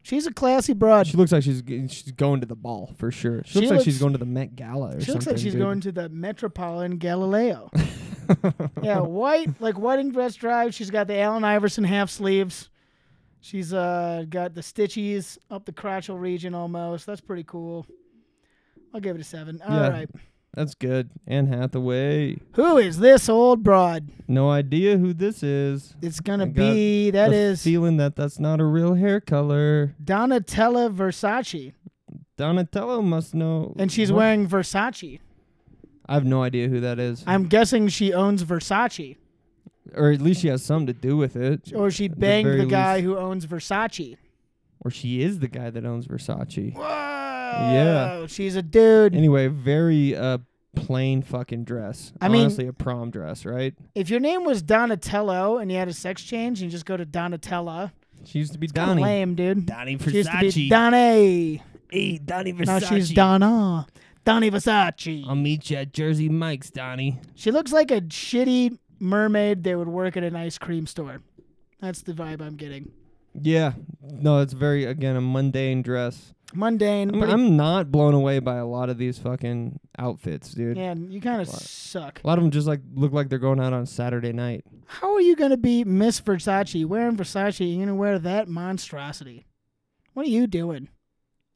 Speaker 2: She's a classy broad.
Speaker 3: She
Speaker 2: She,
Speaker 3: looks like she's g- she's going to the ball for sure. She,
Speaker 2: She
Speaker 3: looks, like she's
Speaker 2: looks-
Speaker 3: going to the Met Gala or something.
Speaker 2: looks like she's
Speaker 3: dude.
Speaker 2: going to the Metropolitan Galileo. yeah, white like wedding dress drive. She's got the Allen Iverson half sleeves. She's uh got the stitches up the crotchal region almost. That's pretty cool. I'll give it a seven. All right.
Speaker 3: Yeah. That's good. Anne Hathaway.
Speaker 2: Who is this old broad?
Speaker 3: No idea who this is.
Speaker 2: It's gonna
Speaker 3: I got
Speaker 2: be that
Speaker 3: the
Speaker 2: is
Speaker 3: feeling that that's not a real hair color.
Speaker 2: Donatella Versace,
Speaker 3: Donatello must know.
Speaker 2: and she's
Speaker 3: What?
Speaker 2: wearing Versace.
Speaker 3: I have no idea who that is,
Speaker 2: I'm guessing she owns Versace,
Speaker 3: or at least she has something to do with it,
Speaker 2: or she
Speaker 3: the
Speaker 2: banged the,
Speaker 3: very
Speaker 2: guy
Speaker 3: least.
Speaker 2: who owns Versace.
Speaker 3: or she is the guy that owns Versace.
Speaker 2: Whoa!
Speaker 3: Yeah.
Speaker 2: she's a dude.
Speaker 3: Anyway, very uh plain fucking dress.
Speaker 2: I mean-
Speaker 3: honestly, a prom dress, right?
Speaker 2: If your name was Donatello and you had a sex change, you just go to Donatella.
Speaker 3: She used to be
Speaker 2: Kinda
Speaker 3: Donnie.
Speaker 2: Lame, dude.
Speaker 3: Donnie
Speaker 2: She used to be Donnie.
Speaker 3: hey, Donnie Versace.
Speaker 2: Now she's Donna. Donnie Versace.
Speaker 3: I'll meet you at Jersey Mike's, Donnie.
Speaker 2: She looks like a shitty mermaid they would work at an ice cream store. That's the vibe I'm getting.
Speaker 3: Yeah, no, it's very again a mundane dress.
Speaker 2: Mundane.
Speaker 3: I'm,
Speaker 2: pretty-
Speaker 3: I'm not blown away by a lot of these fucking outfits, dude.
Speaker 2: yeah, you kind of suck.
Speaker 3: A lot of them just like look like they're going out on Saturday night.
Speaker 2: How are you going to be Miss Versace wearing Versace? You're going to wear that monstrosity. What are you doing?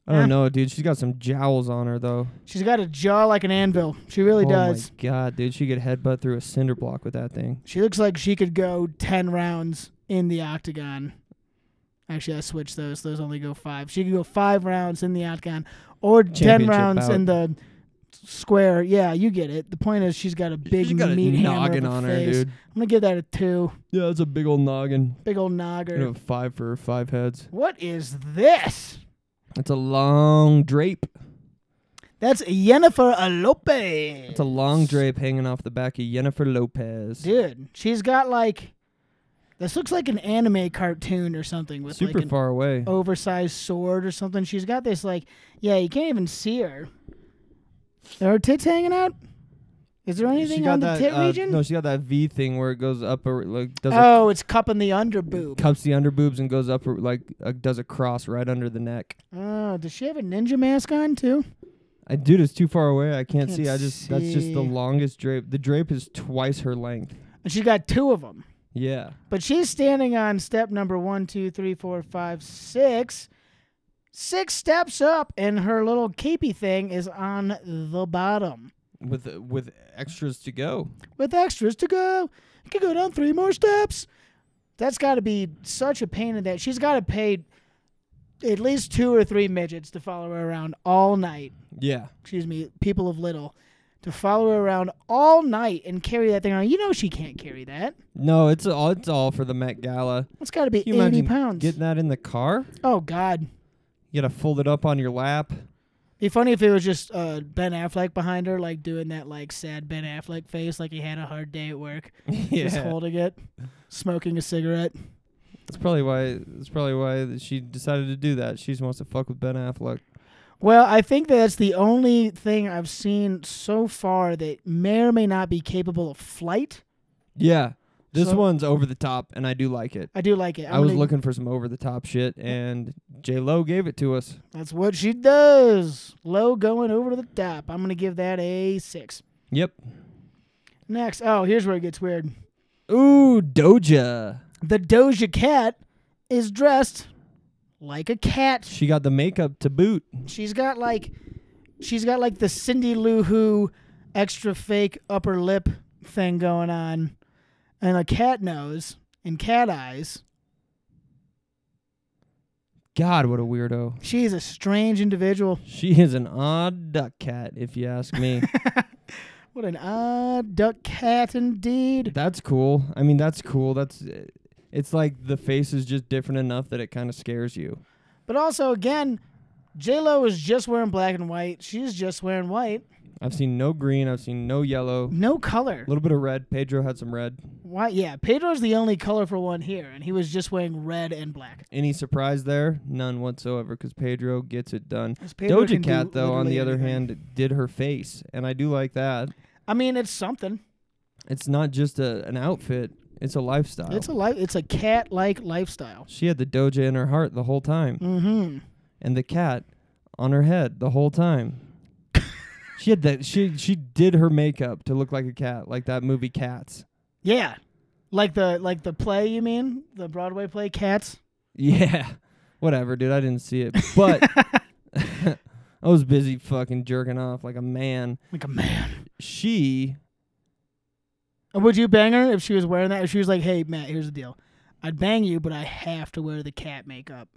Speaker 3: I don't
Speaker 2: Yeah.
Speaker 3: know, dude. She's got some jowls on her though.
Speaker 2: She's got a jaw like an anvil. She really
Speaker 3: oh
Speaker 2: does.
Speaker 3: my god, dude. She could headbutt through a cinder block with that thing.
Speaker 2: She looks like she could go 10 rounds in the octagon. Actually, I switched those. Those only go five. She could go five rounds in the octagon or 10
Speaker 3: Championship
Speaker 2: rounds in
Speaker 3: bout.
Speaker 2: the square. Yeah, you get it. The point is, she's got a big
Speaker 3: She's got a
Speaker 2: meat hammer
Speaker 3: noggin
Speaker 2: of a
Speaker 3: on her,
Speaker 2: face.
Speaker 3: dude.
Speaker 2: I'm going to give that a two.
Speaker 3: Yeah, that's a big old noggin.
Speaker 2: Big old
Speaker 3: You
Speaker 2: nogger.
Speaker 3: know, five for five heads.
Speaker 2: What is this?
Speaker 3: That's a long drape.
Speaker 2: That's Jennifer
Speaker 3: It's a
Speaker 2: Lopez.
Speaker 3: long drape hanging off the back of Jennifer Lopez.
Speaker 2: Dude, she's got like This looks like an anime cartoon or something with
Speaker 3: Super
Speaker 2: like an Oh,
Speaker 3: far away.
Speaker 2: oversized sword or something. She's got this like, yeah, you can't even see her. Are her tits hanging out? Is there anything on the
Speaker 3: that,
Speaker 2: tit
Speaker 3: uh,
Speaker 2: region?
Speaker 3: No, she got that V thing where it goes up or like does
Speaker 2: oh, it's cupping the underboob.
Speaker 3: a, cups the under boobs and goes up or like uh, does a cross right under the neck.
Speaker 2: oh, does she have a ninja mask on too?
Speaker 3: I dude, it's too far away. I can't,
Speaker 2: Can't
Speaker 3: see. I just that's just the
Speaker 2: see.
Speaker 3: longest drape. The drape is twice her length.
Speaker 2: And she's got two of them.
Speaker 3: Yeah.
Speaker 2: But she's standing on step number one, two, three, four, five, six. Six steps up, and her little capey thing is on the bottom
Speaker 3: With uh, with extras to go.
Speaker 2: with extras to go. You can go down three more steps. That's got to be such a pain in that. She's got to pay at least two or three midgets to follow her around all night.
Speaker 3: Yeah.
Speaker 2: Excuse me, people of little to follow her around all night and carry that thing around. You know she can't carry that.
Speaker 3: No, it's all it's all for the Met Gala.
Speaker 2: That's got to be
Speaker 3: Can you
Speaker 2: eighty
Speaker 3: imagine
Speaker 2: pounds.
Speaker 3: getting that in the car?
Speaker 2: oh God.
Speaker 3: You gotta fold it up on your lap.
Speaker 2: Be funny if it was just uh, Ben Affleck behind her, like doing that like sad Ben Affleck face, like he had a hard day at work,
Speaker 3: yeah.
Speaker 2: just holding it, smoking a cigarette.
Speaker 3: That's probably why. That's probably why that she decided to do that. She just wants to fuck with Ben Affleck.
Speaker 2: Well, I think that's the only thing I've seen so far that may or may not be capable of flight.
Speaker 3: Yeah, this
Speaker 2: So-
Speaker 3: one's over the top, and I do like it.
Speaker 2: I do like it.
Speaker 3: I
Speaker 2: I'm
Speaker 3: was
Speaker 2: gonna-
Speaker 3: looking for some over the top shit, and J Lo gave it to us.
Speaker 2: That's what she does. Low going over to the top. I'm gonna give that a six.
Speaker 3: Yep.
Speaker 2: Next, oh, here's where it gets weird.
Speaker 3: Ooh, Doja.
Speaker 2: The Doja Cat is dressed like a cat.
Speaker 3: She got the makeup to boot.
Speaker 2: She's got like she's got like the Cindy Lou Who extra fake upper lip thing going on and a cat nose and cat eyes.
Speaker 3: God, what a weirdo.
Speaker 2: She's a strange individual.
Speaker 3: She is an odd duck cat, if you ask me.
Speaker 2: What an odd duck cat indeed.
Speaker 3: that's cool. I mean, that's cool. That's. It's like the face is just different enough that it kind of scares you.
Speaker 2: But also again, J Lo is just wearing black and white. She's just wearing white.
Speaker 3: I've seen no green. I've seen no yellow.
Speaker 2: No color.
Speaker 3: A little bit of red. Pedro had some red.
Speaker 2: Why yeah, Pedro's the only colorful one here, and he was just wearing red and black.
Speaker 3: Any surprise there? None whatsoever, because Pedro gets it done.
Speaker 2: As Pedro can
Speaker 3: Doja
Speaker 2: do
Speaker 3: Cat, though, on
Speaker 2: literally
Speaker 3: the other
Speaker 2: anything.
Speaker 3: hand, did her face, and I do like that.
Speaker 2: I mean it's something.
Speaker 3: It's not just a, an outfit; it's a lifestyle.
Speaker 2: It's a li- it's a cat like lifestyle.
Speaker 3: she had the Doja in her heart the whole time,
Speaker 2: Mm-hmm.
Speaker 3: and the cat on her head the whole time. she had that. She she did her makeup to look like a cat, like that movie Cats.
Speaker 2: Yeah. Like the like the play you mean? The Broadway play Cats?
Speaker 3: Yeah, whatever, dude. I didn't see it, but I was busy fucking jerking off like a man.
Speaker 2: Like a man.
Speaker 3: She
Speaker 2: Would you bang her if she was wearing that? If she was like, "Hey, Matt, here's the deal. I'd bang you, but I have to wear the cat makeup."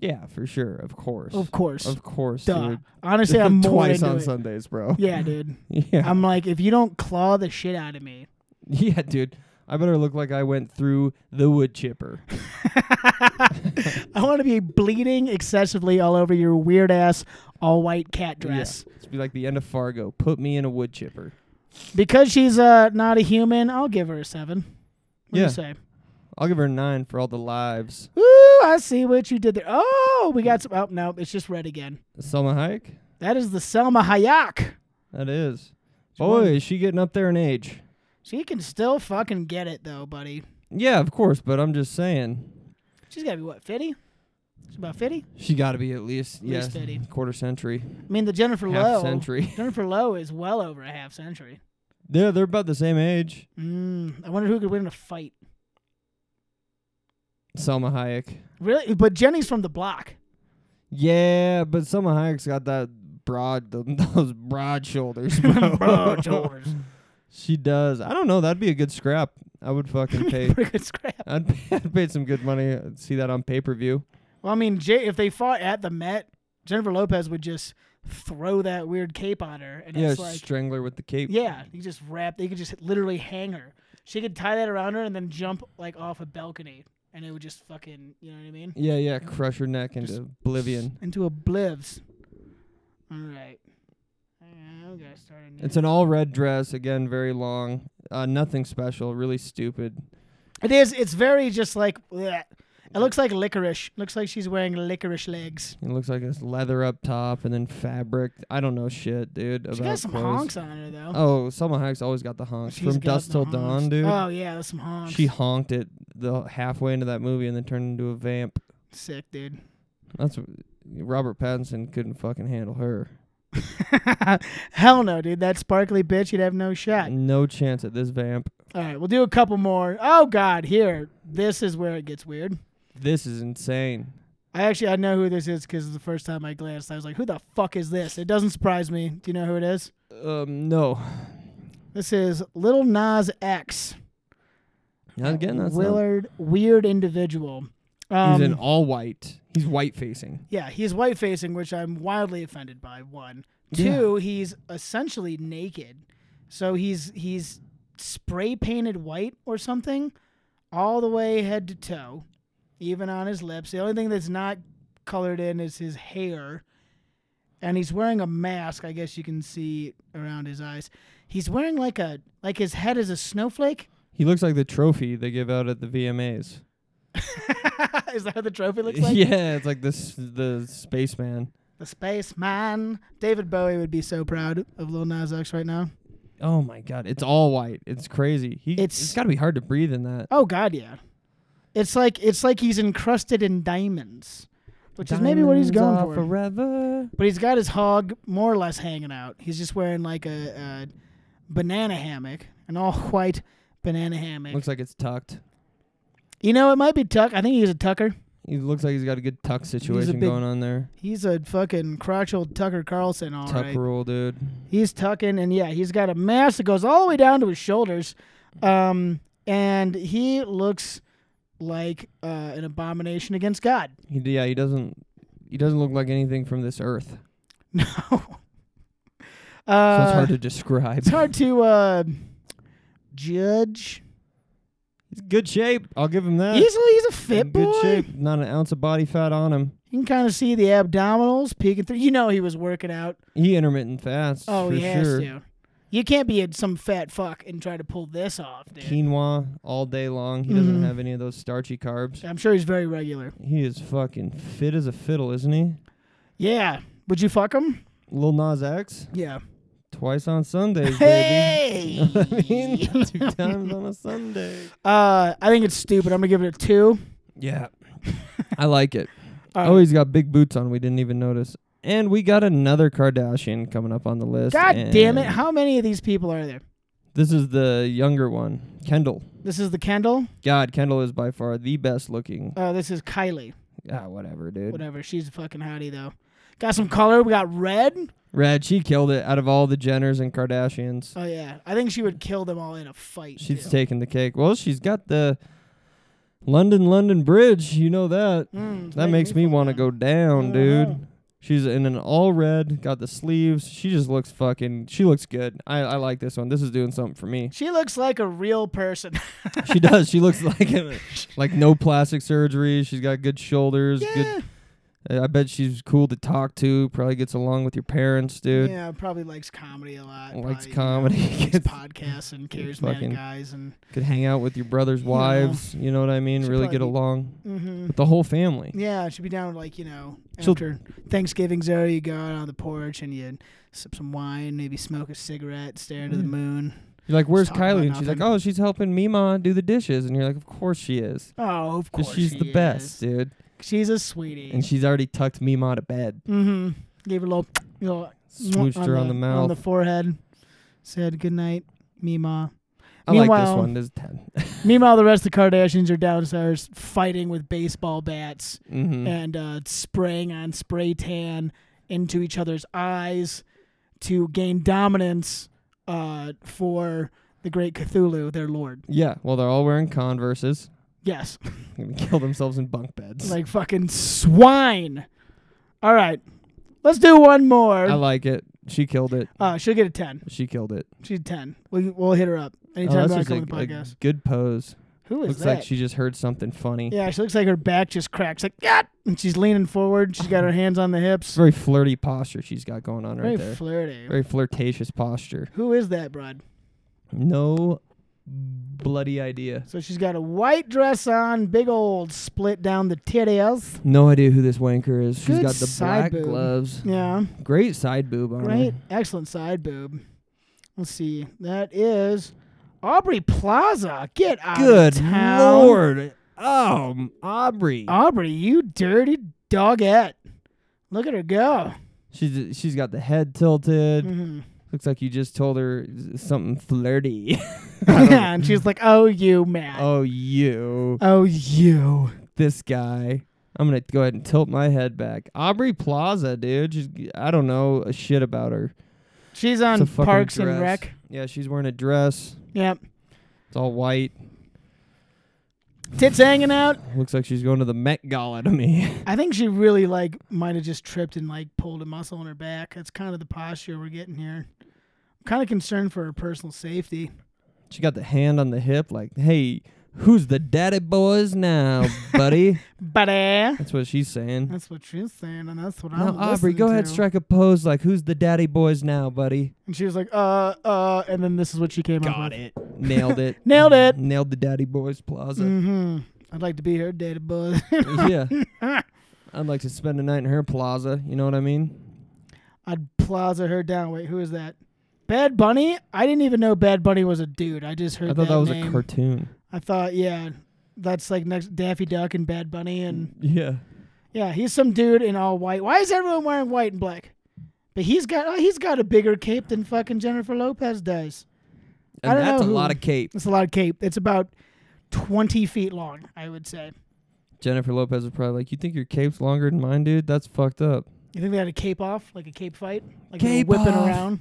Speaker 3: Yeah, for sure. Of course.
Speaker 2: Of course.
Speaker 3: Of course,
Speaker 2: Duh.
Speaker 3: dude.
Speaker 2: Honestly, I'm more
Speaker 3: twice
Speaker 2: into
Speaker 3: on
Speaker 2: it.
Speaker 3: Sundays, bro.
Speaker 2: Yeah, dude.
Speaker 3: Yeah.
Speaker 2: I'm like, if you don't claw the shit out of me,
Speaker 3: yeah, dude. I better look like I went through the wood chipper.
Speaker 2: I want to be bleeding excessively all over your weird ass all white cat
Speaker 3: Yeah.
Speaker 2: dress.
Speaker 3: It's be like the end of Fargo. Put me in a wood chipper.
Speaker 2: Because she's uh, not a human, I'll give her a seven. What do
Speaker 3: Yeah.
Speaker 2: you say?
Speaker 3: I'll give her a nine for all the lives.
Speaker 2: Ooh, I see what you did there. Oh, we got some. Oh, no, it's just red again.
Speaker 3: Selma Hayek?
Speaker 2: That is the Selma Hayek.
Speaker 3: That is.
Speaker 2: one.
Speaker 3: Boy, is she getting up there in age.
Speaker 2: She can still fucking get it, though, buddy.
Speaker 3: Yeah, of course, but I'm just saying.
Speaker 2: She's got to be, what, 50? She's about 50?
Speaker 3: She got to be at least, yeah,
Speaker 2: least 50.
Speaker 3: quarter century,
Speaker 2: I mean, the Jennifer
Speaker 3: half
Speaker 2: Lowe.
Speaker 3: century.
Speaker 2: Jennifer Lowe is well over a half century.
Speaker 3: yeah, they're about the same age.
Speaker 2: Mm, I wonder who could win in a fight.
Speaker 3: Selma Hayek.
Speaker 2: Really? But Jenny's from the block.
Speaker 3: Yeah, but Selma Hayek's got that broad, those broad shoulders, bro.
Speaker 2: Broad shoulders.
Speaker 3: She does. I don't know. That'd be a good scrap. I would fucking pay.
Speaker 2: Pretty good scrap.
Speaker 3: I'd, pay I'd pay some good money. to see that on pay per view.
Speaker 2: Well, I mean, Jay, if they fought at the Met, Jennifer Lopez would just throw that weird cape on her. And
Speaker 3: Yeah,
Speaker 2: it's like,
Speaker 3: strangler with the cape.
Speaker 2: Yeah, you could just wrap. They could just literally hang her. She could tie that around her and then jump like off a balcony, and it would just fucking, you know what I mean?
Speaker 3: yeah, yeah. Crush her neck into
Speaker 2: Just-
Speaker 3: oblivion.
Speaker 2: Into oblivs. All right. I'm gonna start a new.
Speaker 3: It's an all red dress again, very long. Uh, nothing special. Really stupid.
Speaker 2: It is. It's very just like. bleh. It looks like licorice. Looks like she's wearing licorice legs.
Speaker 3: It looks like it's leather up top and then fabric. I don't know shit, dude.
Speaker 2: She
Speaker 3: about
Speaker 2: got some
Speaker 3: clothes.
Speaker 2: honks on her though.
Speaker 3: Oh, Selma Hayek's always got the honks
Speaker 2: She's
Speaker 3: from
Speaker 2: got
Speaker 3: dusk
Speaker 2: the
Speaker 3: till
Speaker 2: honks.
Speaker 3: dawn, dude.
Speaker 2: Oh yeah, that's some honks.
Speaker 3: She honked it the halfway into that movie and then turned into a vamp.
Speaker 2: sick, dude.
Speaker 3: That's what- Robert Pattinson couldn't fucking handle her.
Speaker 2: Hell no, dude. That sparkly bitch, you'd have no shot.
Speaker 3: No chance at this vamp.
Speaker 2: All right, we'll do a couple more. Oh god, here. This is where it gets weird.
Speaker 3: This is insane.
Speaker 2: I actually I know who this is because the first time I glanced, I was like, "Who the fuck is this?" It doesn't surprise me. Do you know who it is?
Speaker 3: Um, no.
Speaker 2: This is Little Nas X.
Speaker 3: Now, Again, that's not-
Speaker 2: Willard, weird individual. Um,
Speaker 3: he's in all white. He's white facing.
Speaker 2: Yeah, he's white facing, which I'm wildly offended by. One,
Speaker 3: Yeah.
Speaker 2: two, he's essentially naked, so he's he's spray painted white or something, all the way head to toe, even on his lips. The only thing that's not colored in is his hair, and he's wearing a mask. I guess you can see around his eyes. He's wearing like a like his head is a snowflake.
Speaker 3: He looks like the trophy they give out at the VMAs.
Speaker 2: is that what the trophy looks like?
Speaker 3: yeah, it's like this the spaceman.
Speaker 2: The spaceman. David Bowie would be so proud of Lil Nas X right now.
Speaker 3: Oh my god, it's all white. It's crazy. He,
Speaker 2: It's-
Speaker 3: it's got to be hard to breathe in that.
Speaker 2: Oh God, yeah. It's like it's like he's encrusted in diamonds, which is maybe what he's
Speaker 3: Diamonds
Speaker 2: going
Speaker 3: are
Speaker 2: for.
Speaker 3: Forever.
Speaker 2: But he's got his hog more or less hanging out. He's just wearing like a, a banana hammock, an all white banana hammock.
Speaker 3: Looks like it's tucked.
Speaker 2: you know, it might be tuck. I think he's a tucker.
Speaker 3: He looks like he's got a good tuck situation
Speaker 2: big-
Speaker 3: going on there.
Speaker 2: He's a fucking crotchal Tucker Carlson, all right.
Speaker 3: tuck rule, dude.
Speaker 2: He's tucking, and yeah, he's got a mask that goes all the way down to his shoulders, um, and he looks like uh, an abomination against God.
Speaker 3: He, yeah, he doesn't. He doesn't look like anything from this earth.
Speaker 2: No, uh,
Speaker 3: So Uh, it's hard to describe.
Speaker 2: it's hard to uh, judge.
Speaker 3: He's in good shape. I'll give him that.
Speaker 2: He's a, he's a fit
Speaker 3: in good
Speaker 2: boy.
Speaker 3: shape. Not an ounce of body fat on him.
Speaker 2: You can kind of see the abdominals peeking through. You know he was working out.
Speaker 3: He intermittent fasts.
Speaker 2: Oh,
Speaker 3: for
Speaker 2: he has
Speaker 3: sure.
Speaker 2: to. You can't be a- some fat fuck and try to pull this off, dude.
Speaker 3: Quinoa all day long. He doesn't
Speaker 2: Mhm.
Speaker 3: have any of those starchy carbs.
Speaker 2: I'm sure he's very regular.
Speaker 3: He is fucking fit as a fiddle, isn't he?
Speaker 2: Yeah. Would you fuck him?
Speaker 3: Lil Nas X,
Speaker 2: Yeah.
Speaker 3: twice on Sundays,
Speaker 2: Hey!
Speaker 3: baby. I mean, two times on a Sunday.
Speaker 2: Uh, I think it's stupid. I'm gonna give it a two.
Speaker 3: Yeah, I like it.
Speaker 2: All
Speaker 3: Oh,
Speaker 2: right.
Speaker 3: he's got big boots on. We didn't even notice. And we got another Kardashian coming up on the list.
Speaker 2: God damn it!
Speaker 3: and
Speaker 2: How many of these people are there?
Speaker 3: This is the younger one, Kendall.
Speaker 2: This is the Kendall.
Speaker 3: God, Kendall is by far the best looking.
Speaker 2: Uh, this is Kylie.
Speaker 3: Ah, whatever, dude.
Speaker 2: Whatever. She's a fucking hottie though. Got some color. We got red.
Speaker 3: Rad, she killed it. Out of all the Jenners and Kardashians,
Speaker 2: Oh yeah. I think she would kill them all in a fight.
Speaker 3: she's
Speaker 2: too.
Speaker 3: taking the cake. Well, she's got the London London Bridge. You know that.
Speaker 2: Mm, it's
Speaker 3: That
Speaker 2: making
Speaker 3: makes me
Speaker 2: feel
Speaker 3: want to
Speaker 2: bad.
Speaker 3: go down,
Speaker 2: I
Speaker 3: dude.
Speaker 2: know.
Speaker 3: She's in an all red, got the sleeves. She just looks fucking. She looks good. I, I like this one. This is doing something for me.
Speaker 2: She looks like a real person.
Speaker 3: She does. She looks like a- like no plastic surgery. She's got good shoulders.
Speaker 2: yeah.
Speaker 3: Good. I bet she's cool to talk to. Probably gets along with your parents, dude.
Speaker 2: Yeah. Probably likes comedy a lot.
Speaker 3: Likes
Speaker 2: probably, you know,
Speaker 3: comedy.
Speaker 2: likes podcasts and charismatic
Speaker 3: Fucking-
Speaker 2: guys and.
Speaker 3: Could hang out with your brother's
Speaker 2: know.
Speaker 3: wives. You know what I mean?
Speaker 2: She'd
Speaker 3: really
Speaker 2: probably
Speaker 3: get
Speaker 2: be-
Speaker 3: along
Speaker 2: Mm-hmm.
Speaker 3: with the whole family.
Speaker 2: Yeah, she'd be down with like you know
Speaker 3: She'll-
Speaker 2: after Thanksgiving's over, you go out on the porch and you sip some wine, maybe smoke a cigarette, stare into the
Speaker 3: Mm.
Speaker 2: moon.
Speaker 3: You're like, "Where's
Speaker 2: talk about
Speaker 3: Kylie?" And she's like,
Speaker 2: nothing.
Speaker 3: "Oh, she's helping Mima do the dishes." And you're like, "Of course she is.
Speaker 2: Oh, of
Speaker 3: 'Cause
Speaker 2: course,
Speaker 3: she's
Speaker 2: she
Speaker 3: the
Speaker 2: is.
Speaker 3: best, dude."
Speaker 2: She's a sweetie.
Speaker 3: And she's already tucked Mima to bed.
Speaker 2: mm-hmm. Gave her a little, little
Speaker 3: Swooshed her on the, mouth.
Speaker 2: on the forehead. Said good night, Mima.
Speaker 3: I like this
Speaker 2: Meanwhile-
Speaker 3: one. This is 10.
Speaker 2: Meanwhile, the rest of the Kardashians are downstairs fighting with baseball bats
Speaker 3: Mhm.
Speaker 2: and uh, spraying on spray tan into each other's eyes to gain dominance uh, for the great Cthulhu, their lord.
Speaker 3: Yeah, well, they're all wearing Converses.
Speaker 2: Yes,
Speaker 3: They're gonna kill themselves in bunk beds.
Speaker 2: like fucking swine. All right, let's do one
Speaker 3: I
Speaker 2: more.
Speaker 3: like it. She killed it.
Speaker 2: Uh, she'll get a ten.
Speaker 3: She killed it.
Speaker 2: She's a ten. We, we'll hit her up
Speaker 3: Oh,
Speaker 2: anytime
Speaker 3: that's
Speaker 2: I
Speaker 3: just
Speaker 2: come
Speaker 3: a,
Speaker 2: on the
Speaker 3: a
Speaker 2: podcast.
Speaker 3: good pose.
Speaker 2: Who is
Speaker 3: Looks
Speaker 2: that?
Speaker 3: like she just heard something funny.
Speaker 2: yeah, she looks like her back just cracks. Like, yeah, and she's leaning forward. She's got her hands on the
Speaker 3: It's
Speaker 2: hips.
Speaker 3: very flirty posture she's got going on
Speaker 2: Very
Speaker 3: right there.
Speaker 2: flirty.
Speaker 3: very flirtatious posture.
Speaker 2: Who is that, Brad?
Speaker 3: No bloody idea.
Speaker 2: So she's got a white dress on, big old split down the titties.
Speaker 3: No idea who this wanker is. She's
Speaker 2: Good
Speaker 3: got the
Speaker 2: side
Speaker 3: black
Speaker 2: boob.
Speaker 3: gloves.
Speaker 2: Yeah.
Speaker 3: Great side boob on her.
Speaker 2: Great. Excellent side boob. Let's see. That is Aubrey Plaza. Get out
Speaker 3: Good
Speaker 2: of town.
Speaker 3: lord. Oh, Aubrey.
Speaker 2: Aubrey, you dirty dogette. Look at her go.
Speaker 3: She's she's got the head tilted.
Speaker 2: Mhm.
Speaker 3: Looks like you just told her something flirty. I don't-
Speaker 2: and she's like, oh, you, man.
Speaker 3: oh, you,
Speaker 2: Oh, you.
Speaker 3: this guy. I'm gonna go ahead and tilt my head back. Aubrey Plaza, dude. She's, I don't know a shit about her.
Speaker 2: She's
Speaker 3: It's a
Speaker 2: on
Speaker 3: fucking
Speaker 2: Parks and
Speaker 3: dress.
Speaker 2: Rec.
Speaker 3: Yeah, she's wearing a dress.
Speaker 2: Yep.
Speaker 3: It's all white.
Speaker 2: Tits hanging out.
Speaker 3: Looks like she's going to the Met Gala to me.
Speaker 2: I think she really like might have just tripped and like pulled a muscle in her back. That's kind of the posture we're getting here. I'm kind of concerned for her personal safety.
Speaker 3: she got the hand on the hip, like, hey, who's the daddy boys now, buddy?
Speaker 2: But eh,
Speaker 3: That's what she's saying.
Speaker 2: that's what she's saying, and that's what
Speaker 3: Now,
Speaker 2: I'm.
Speaker 3: Aubrey,
Speaker 2: listening
Speaker 3: go ahead,
Speaker 2: to.
Speaker 3: strike a pose, like, who's the daddy boys now, buddy?
Speaker 2: And she was like, uh, uh, and then this is what she came up with.
Speaker 3: it. Nailed it. Mm,
Speaker 2: Nailed it.
Speaker 3: Nailed the daddy boys plaza.
Speaker 2: Mm-hmm. I'd like to be her data buzz.
Speaker 3: yeah. I'd like to spend a night in her plaza. You know what I mean?
Speaker 2: I'd plaza her down. Wait, who is that? Bad Bunny? I didn't even know Bad Bunny was a dude. I just heard
Speaker 3: I thought that, was a
Speaker 2: name.
Speaker 3: cartoon.
Speaker 2: I thought, yeah, that's like next Daffy Duck and Bad Bunny and
Speaker 3: Yeah.
Speaker 2: Yeah, he's some dude in all white. Why is everyone wearing white and black? But he's got oh, he's got a bigger cape than fucking Jennifer Lopez does. I
Speaker 3: And
Speaker 2: don't
Speaker 3: that's
Speaker 2: know
Speaker 3: a lot
Speaker 2: who-
Speaker 3: of cape.
Speaker 2: It's a lot of cape. It's about twenty feet long, I would say.
Speaker 3: Jennifer Lopez is probably like, You think your cape's longer than mine, dude? That's fucked up.
Speaker 2: You think they had a cape off, like a cape fight, like they were
Speaker 3: Cape
Speaker 2: whipping
Speaker 3: off.
Speaker 2: around?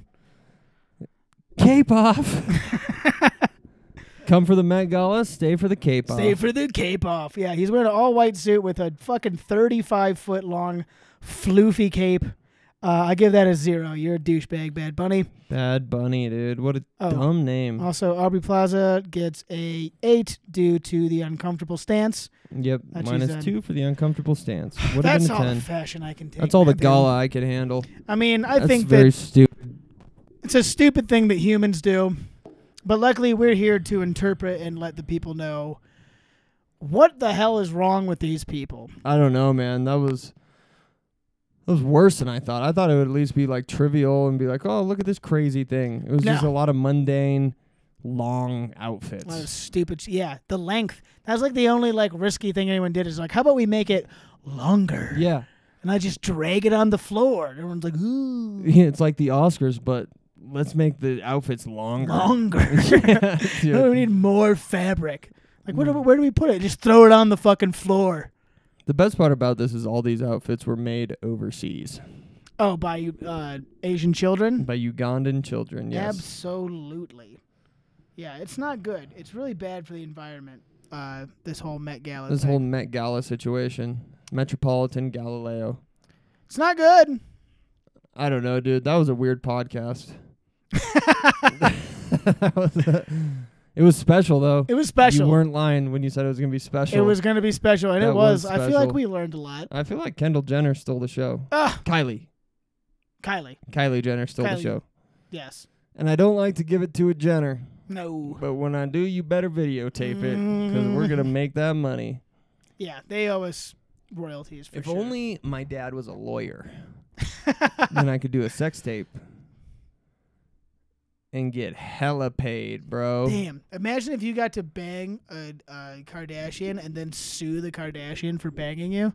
Speaker 3: Cape off. Come for the Met Gala, stay for the cape
Speaker 2: Stay
Speaker 3: off.
Speaker 2: for the cape off. Yeah, he's wearing an all white suit with a fucking thirty-five foot long, floofy cape. Uh, I give that a zero. You're a douchebag, Bad Bunny.
Speaker 3: Bad Bunny, dude. What a
Speaker 2: Oh.
Speaker 3: dumb name.
Speaker 2: Also, Aubrey Plaza gets a eight due to the uncomfortable stance.
Speaker 3: yep.
Speaker 2: That she's
Speaker 3: Minus
Speaker 2: done.
Speaker 3: two for the uncomfortable stance. Would have
Speaker 2: That's
Speaker 3: been a
Speaker 2: all the
Speaker 3: ten.
Speaker 2: fashion I can take.
Speaker 3: That's all the
Speaker 2: Matthew.
Speaker 3: gala I could handle.
Speaker 2: I mean, I
Speaker 3: That's
Speaker 2: think
Speaker 3: very
Speaker 2: that
Speaker 3: stupid.
Speaker 2: it's a stupid thing that humans do, but luckily we're here to interpret and let the people know what the hell is wrong with these people.
Speaker 3: I don't know, man. That was that was worse than I thought. I thought it would at least be like trivial and be like, oh, look at this crazy thing. It was just a
Speaker 2: No.
Speaker 3: lot of mundane,
Speaker 2: A
Speaker 3: long
Speaker 2: lot of
Speaker 3: outfits.
Speaker 2: stupid. sh- Yeah, the length. That's like the only like risky thing anyone did is like, how about we make it longer?
Speaker 3: Yeah.
Speaker 2: And I just drag it on the floor. And everyone's like, ooh,
Speaker 3: yeah, it's like the Oscars, but let's make the outfits longer.
Speaker 2: longer.
Speaker 3: Yeah, Mm. dude.
Speaker 2: No, we need more fabric. Like, where do, we- where do we put it? Just throw it on the fucking floor.
Speaker 3: The best part about this is all these outfits were made overseas
Speaker 2: Oh, by uh, Asian children.
Speaker 3: by Ugandan children. Yes.
Speaker 2: Absolutely. Yeah, it's not good. It's really bad for the environment. Uh, this whole Met Gala.
Speaker 3: This
Speaker 2: thing.
Speaker 3: whole Met Gala situation, Metropolitan Galileo.
Speaker 2: it's not good.
Speaker 3: I don't know, dude. That was a weird podcast. That was a- it was special though.
Speaker 2: It was special.
Speaker 3: You weren't lying when you said it was gonna be special.
Speaker 2: It was going to be special, and it
Speaker 3: That
Speaker 2: was.
Speaker 3: was
Speaker 2: I feel like
Speaker 3: special.
Speaker 2: we learned a lot.
Speaker 3: I feel like Kendall Jenner stole the show.
Speaker 2: Ah,
Speaker 3: Kylie.
Speaker 2: Kylie.
Speaker 3: Kylie Jenner stole
Speaker 2: Kylie.
Speaker 3: the show.
Speaker 2: Yes.
Speaker 3: And I don't like to give it to a Jenner,
Speaker 2: No.
Speaker 3: but when I do, you better videotape it because we're gonna make that money.
Speaker 2: Yeah, they owe us royalties for
Speaker 3: if
Speaker 2: sure.
Speaker 3: only my dad was a lawyer, then I could do a sex tape and get hella paid, bro.
Speaker 2: Damn. Imagine if you got to bang a, a Kardashian and then sue the Kardashian for banging you.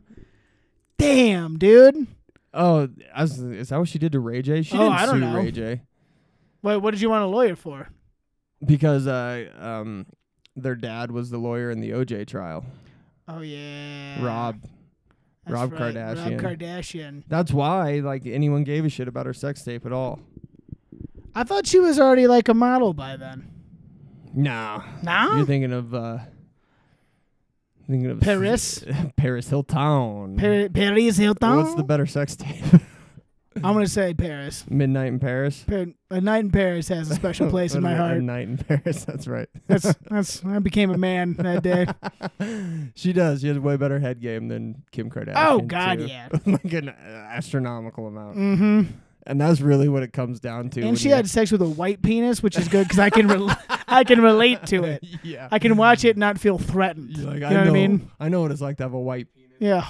Speaker 2: Damn, dude.
Speaker 3: Oh, I was, is that what she did to Ray J? She
Speaker 2: Oh,
Speaker 3: didn't
Speaker 2: I don't
Speaker 3: sue
Speaker 2: know.
Speaker 3: Ray J
Speaker 2: Wait, what did you want a lawyer for?
Speaker 3: because uh, um, their dad was the lawyer in the OJ trial.
Speaker 2: Oh yeah,
Speaker 3: Rob.
Speaker 2: That's
Speaker 3: Rob
Speaker 2: right,
Speaker 3: Kardashian.
Speaker 2: Rob Kardashian.
Speaker 3: That's why like anyone gave a shit about her sex tape at all.
Speaker 2: I thought she was already like a model by then.
Speaker 3: No,
Speaker 2: Nah,
Speaker 3: you're thinking of uh, thinking of
Speaker 2: Paris,
Speaker 3: Paris Hilton.
Speaker 2: Par- Paris Hilton.
Speaker 3: What's the better sex tape?
Speaker 2: I'm gonna say Paris.
Speaker 3: Midnight in Paris.
Speaker 2: Par- a night in Paris has a special place in my
Speaker 3: A
Speaker 2: heart.
Speaker 3: night in Paris. That's right.
Speaker 2: That's that's. I became a man that day.
Speaker 3: She does. She has way better head game than Kim Kardashian.
Speaker 2: Oh, God,
Speaker 3: too.
Speaker 2: yeah.
Speaker 3: like an uh, astronomical amount.
Speaker 2: Mm-hmm.
Speaker 3: And that's really what it comes down to. when
Speaker 2: And she
Speaker 3: you-
Speaker 2: had sex with a white penis, which is good because I can rel I can relate to it.
Speaker 3: yeah.
Speaker 2: I can watch it and not feel threatened.
Speaker 3: You're like,
Speaker 2: you know,
Speaker 3: I know
Speaker 2: what I mean?
Speaker 3: I know what it's like to have a white penis.
Speaker 2: Yeah.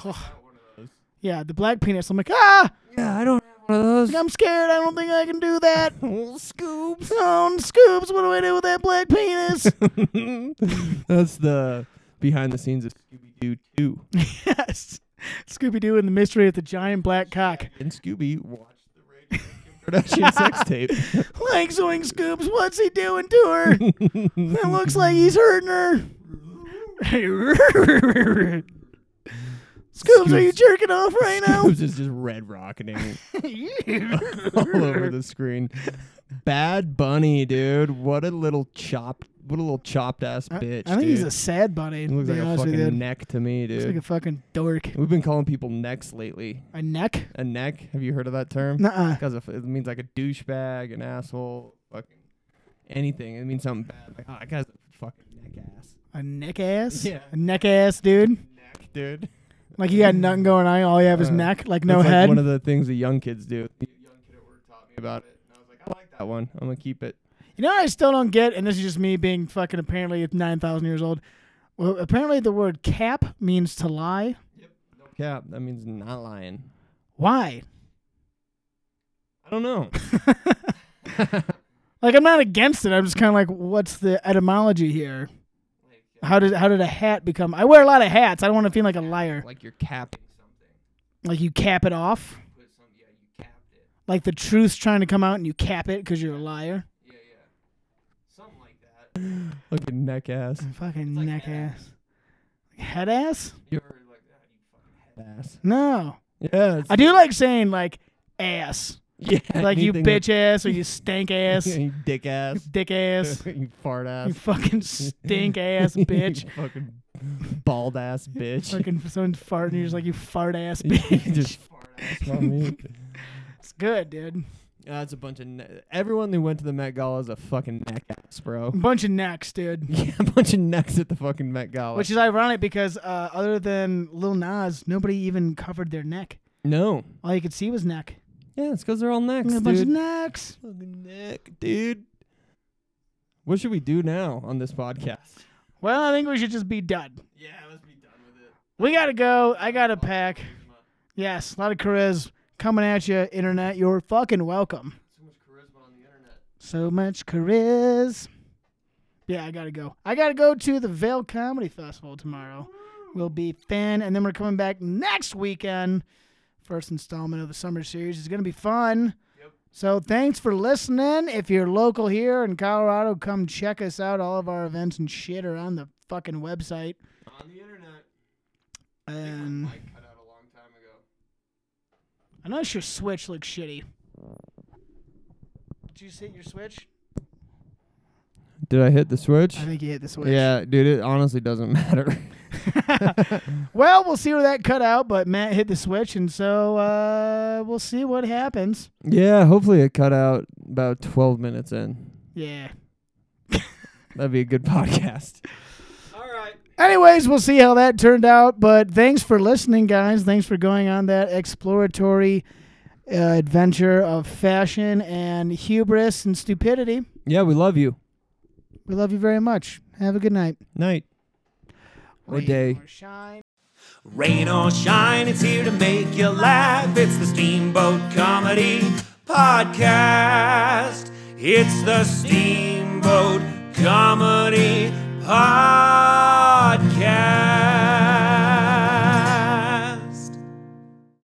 Speaker 2: Yeah, the black penis. I'm like, ah,
Speaker 3: Yeah, I don't have one of those.
Speaker 2: I'm scared. I don't think I can do that.
Speaker 3: Scoops.
Speaker 2: Oh, Scoops, what do I do with that black penis?
Speaker 3: That's the behind the scenes of Scooby Doo 2.
Speaker 2: yes. Scooby Doo and the mystery of the giant black cock.
Speaker 3: And Scooby watched the radio production sex tape.
Speaker 2: Like Zoing Scoops, what's he doing to her? it looks like he's hurting her. Scoops, are you
Speaker 3: Scoops.
Speaker 2: jerking off right now?
Speaker 3: Scoops is just red rocketing all over the screen. Bad Bunny, dude. What a little chopped, what a little chopped ass
Speaker 2: I,
Speaker 3: bitch.
Speaker 2: I think he's
Speaker 3: dude.
Speaker 2: a sad bunny.
Speaker 3: He looks
Speaker 2: to
Speaker 3: like
Speaker 2: be
Speaker 3: a
Speaker 2: honest with you.
Speaker 3: fucking neck to me,
Speaker 2: Looks
Speaker 3: dude.
Speaker 2: like a fucking dork.
Speaker 3: We've been calling people necks lately.
Speaker 2: A neck?
Speaker 3: A neck. Have you heard of that term?
Speaker 2: Nuh-uh.
Speaker 3: Because it means like a douchebag, an asshole, fucking anything. It means something bad. Like, oh, that guy's a fucking neck ass.
Speaker 2: A neck ass?
Speaker 3: Yeah.
Speaker 2: A neck ass, dude.
Speaker 3: Neck, dude.
Speaker 2: Like you got nothing going on. All you have is
Speaker 3: Uh,
Speaker 2: neck, like no
Speaker 3: That's Like
Speaker 2: head.
Speaker 3: one of the things that young kids do. The young kid at work taught me about it. And I was like, I like that one. I'm gonna keep it.
Speaker 2: you know what I still don't get, and this is just me being fucking apparently at 9,000 years old. Well, apparently the word cap means to lie.
Speaker 3: Cap. That means not lying.
Speaker 2: Why?
Speaker 3: I don't know.
Speaker 2: Like I'm not against it. I'm just kind of like, what's the etymology here? How did how did a hat become? I wear a lot of hats. I don't want to feel like a liar.
Speaker 3: like you're capping something.
Speaker 2: Like you cap it off.
Speaker 3: Put some. Yeah, you capped it.
Speaker 2: Like the truth's trying to come out and you cap it because you're a liar.
Speaker 3: Yeah, yeah. Something like that. Fucking neck ass.
Speaker 2: Fucking
Speaker 3: like
Speaker 2: neck
Speaker 3: head
Speaker 2: ass. Head ass?
Speaker 3: You ever like that? You fucking head ass.
Speaker 2: No.
Speaker 3: Yeah. it's-
Speaker 2: I do like saying like ass.
Speaker 3: Yeah.
Speaker 2: Like you
Speaker 3: anything with-
Speaker 2: bitch ass or you stank ass,
Speaker 3: you dick ass.
Speaker 2: dick ass,
Speaker 3: you fart
Speaker 2: you
Speaker 3: ass.
Speaker 2: fucking stink ass
Speaker 3: You
Speaker 2: bitch.
Speaker 3: fucking bald ass bitch.
Speaker 2: Fucking someone's farting, you're just like you fart ass
Speaker 3: You
Speaker 2: bitch.
Speaker 3: just fart ass on me.
Speaker 2: It's good, dude.
Speaker 3: Yeah, that's a bunch of ne- everyone who went to the Met Gala is a fucking neck ass, bro.
Speaker 2: Bunch of necks, dude.
Speaker 3: Yeah, a bunch of necks at the fucking Met Gala.
Speaker 2: Which is ironic because uh, other than Lil Nas, nobody even covered their neck.
Speaker 3: no.
Speaker 2: All you could see was neck.
Speaker 3: Yeah, it's because they're all necks,
Speaker 2: A
Speaker 3: dude.
Speaker 2: bunch of necks.
Speaker 3: fucking neck, dude. What should we do now on this podcast?
Speaker 2: Well, I think we should just be done.
Speaker 3: Yeah, let's be done with it.
Speaker 2: We gotta go. I gotta pack. Yes, a lot of charisma coming at you, internet. You're fucking welcome.
Speaker 3: So much charisma on the internet.
Speaker 2: So much charisma. Yeah, I gotta go. I gotta go to the Vale Comedy Festival tomorrow. We'll be fan, and then we're coming back next weekend. First installment of the summer series is gonna be fun. So thanks for listening. If you're local here in Colorado, come check us out. All of our events and shit are on the fucking website.
Speaker 3: On the internet.
Speaker 2: And
Speaker 3: cut out a long time ago.
Speaker 2: I noticed your Switch looks shitty. Did you hit your Switch?
Speaker 3: Did I hit the switch?
Speaker 2: I think you hit the Switch.
Speaker 3: Yeah, dude, it honestly doesn't matter.
Speaker 2: Well, we'll see where that cut out, but Matt hit the switch, and so uh, we'll see what happens.
Speaker 3: yeah, hopefully it cut out about 12 minutes in.
Speaker 2: Yeah.
Speaker 3: That'd be a good podcast.
Speaker 2: Anyways, we'll see how that turned out, but thanks for listening, guys. Thanks for going on that exploratory uh, adventure of fashion and hubris and stupidity.
Speaker 3: Yeah, we love you.
Speaker 2: We love you very much. Have a good night.
Speaker 3: Night. Or
Speaker 2: Rain
Speaker 3: day.
Speaker 2: or shine.
Speaker 1: Rain or shine, it's here to make you laugh. It's the Steamboat Comedy Podcast. It's the Steamboat Comedy Podcast.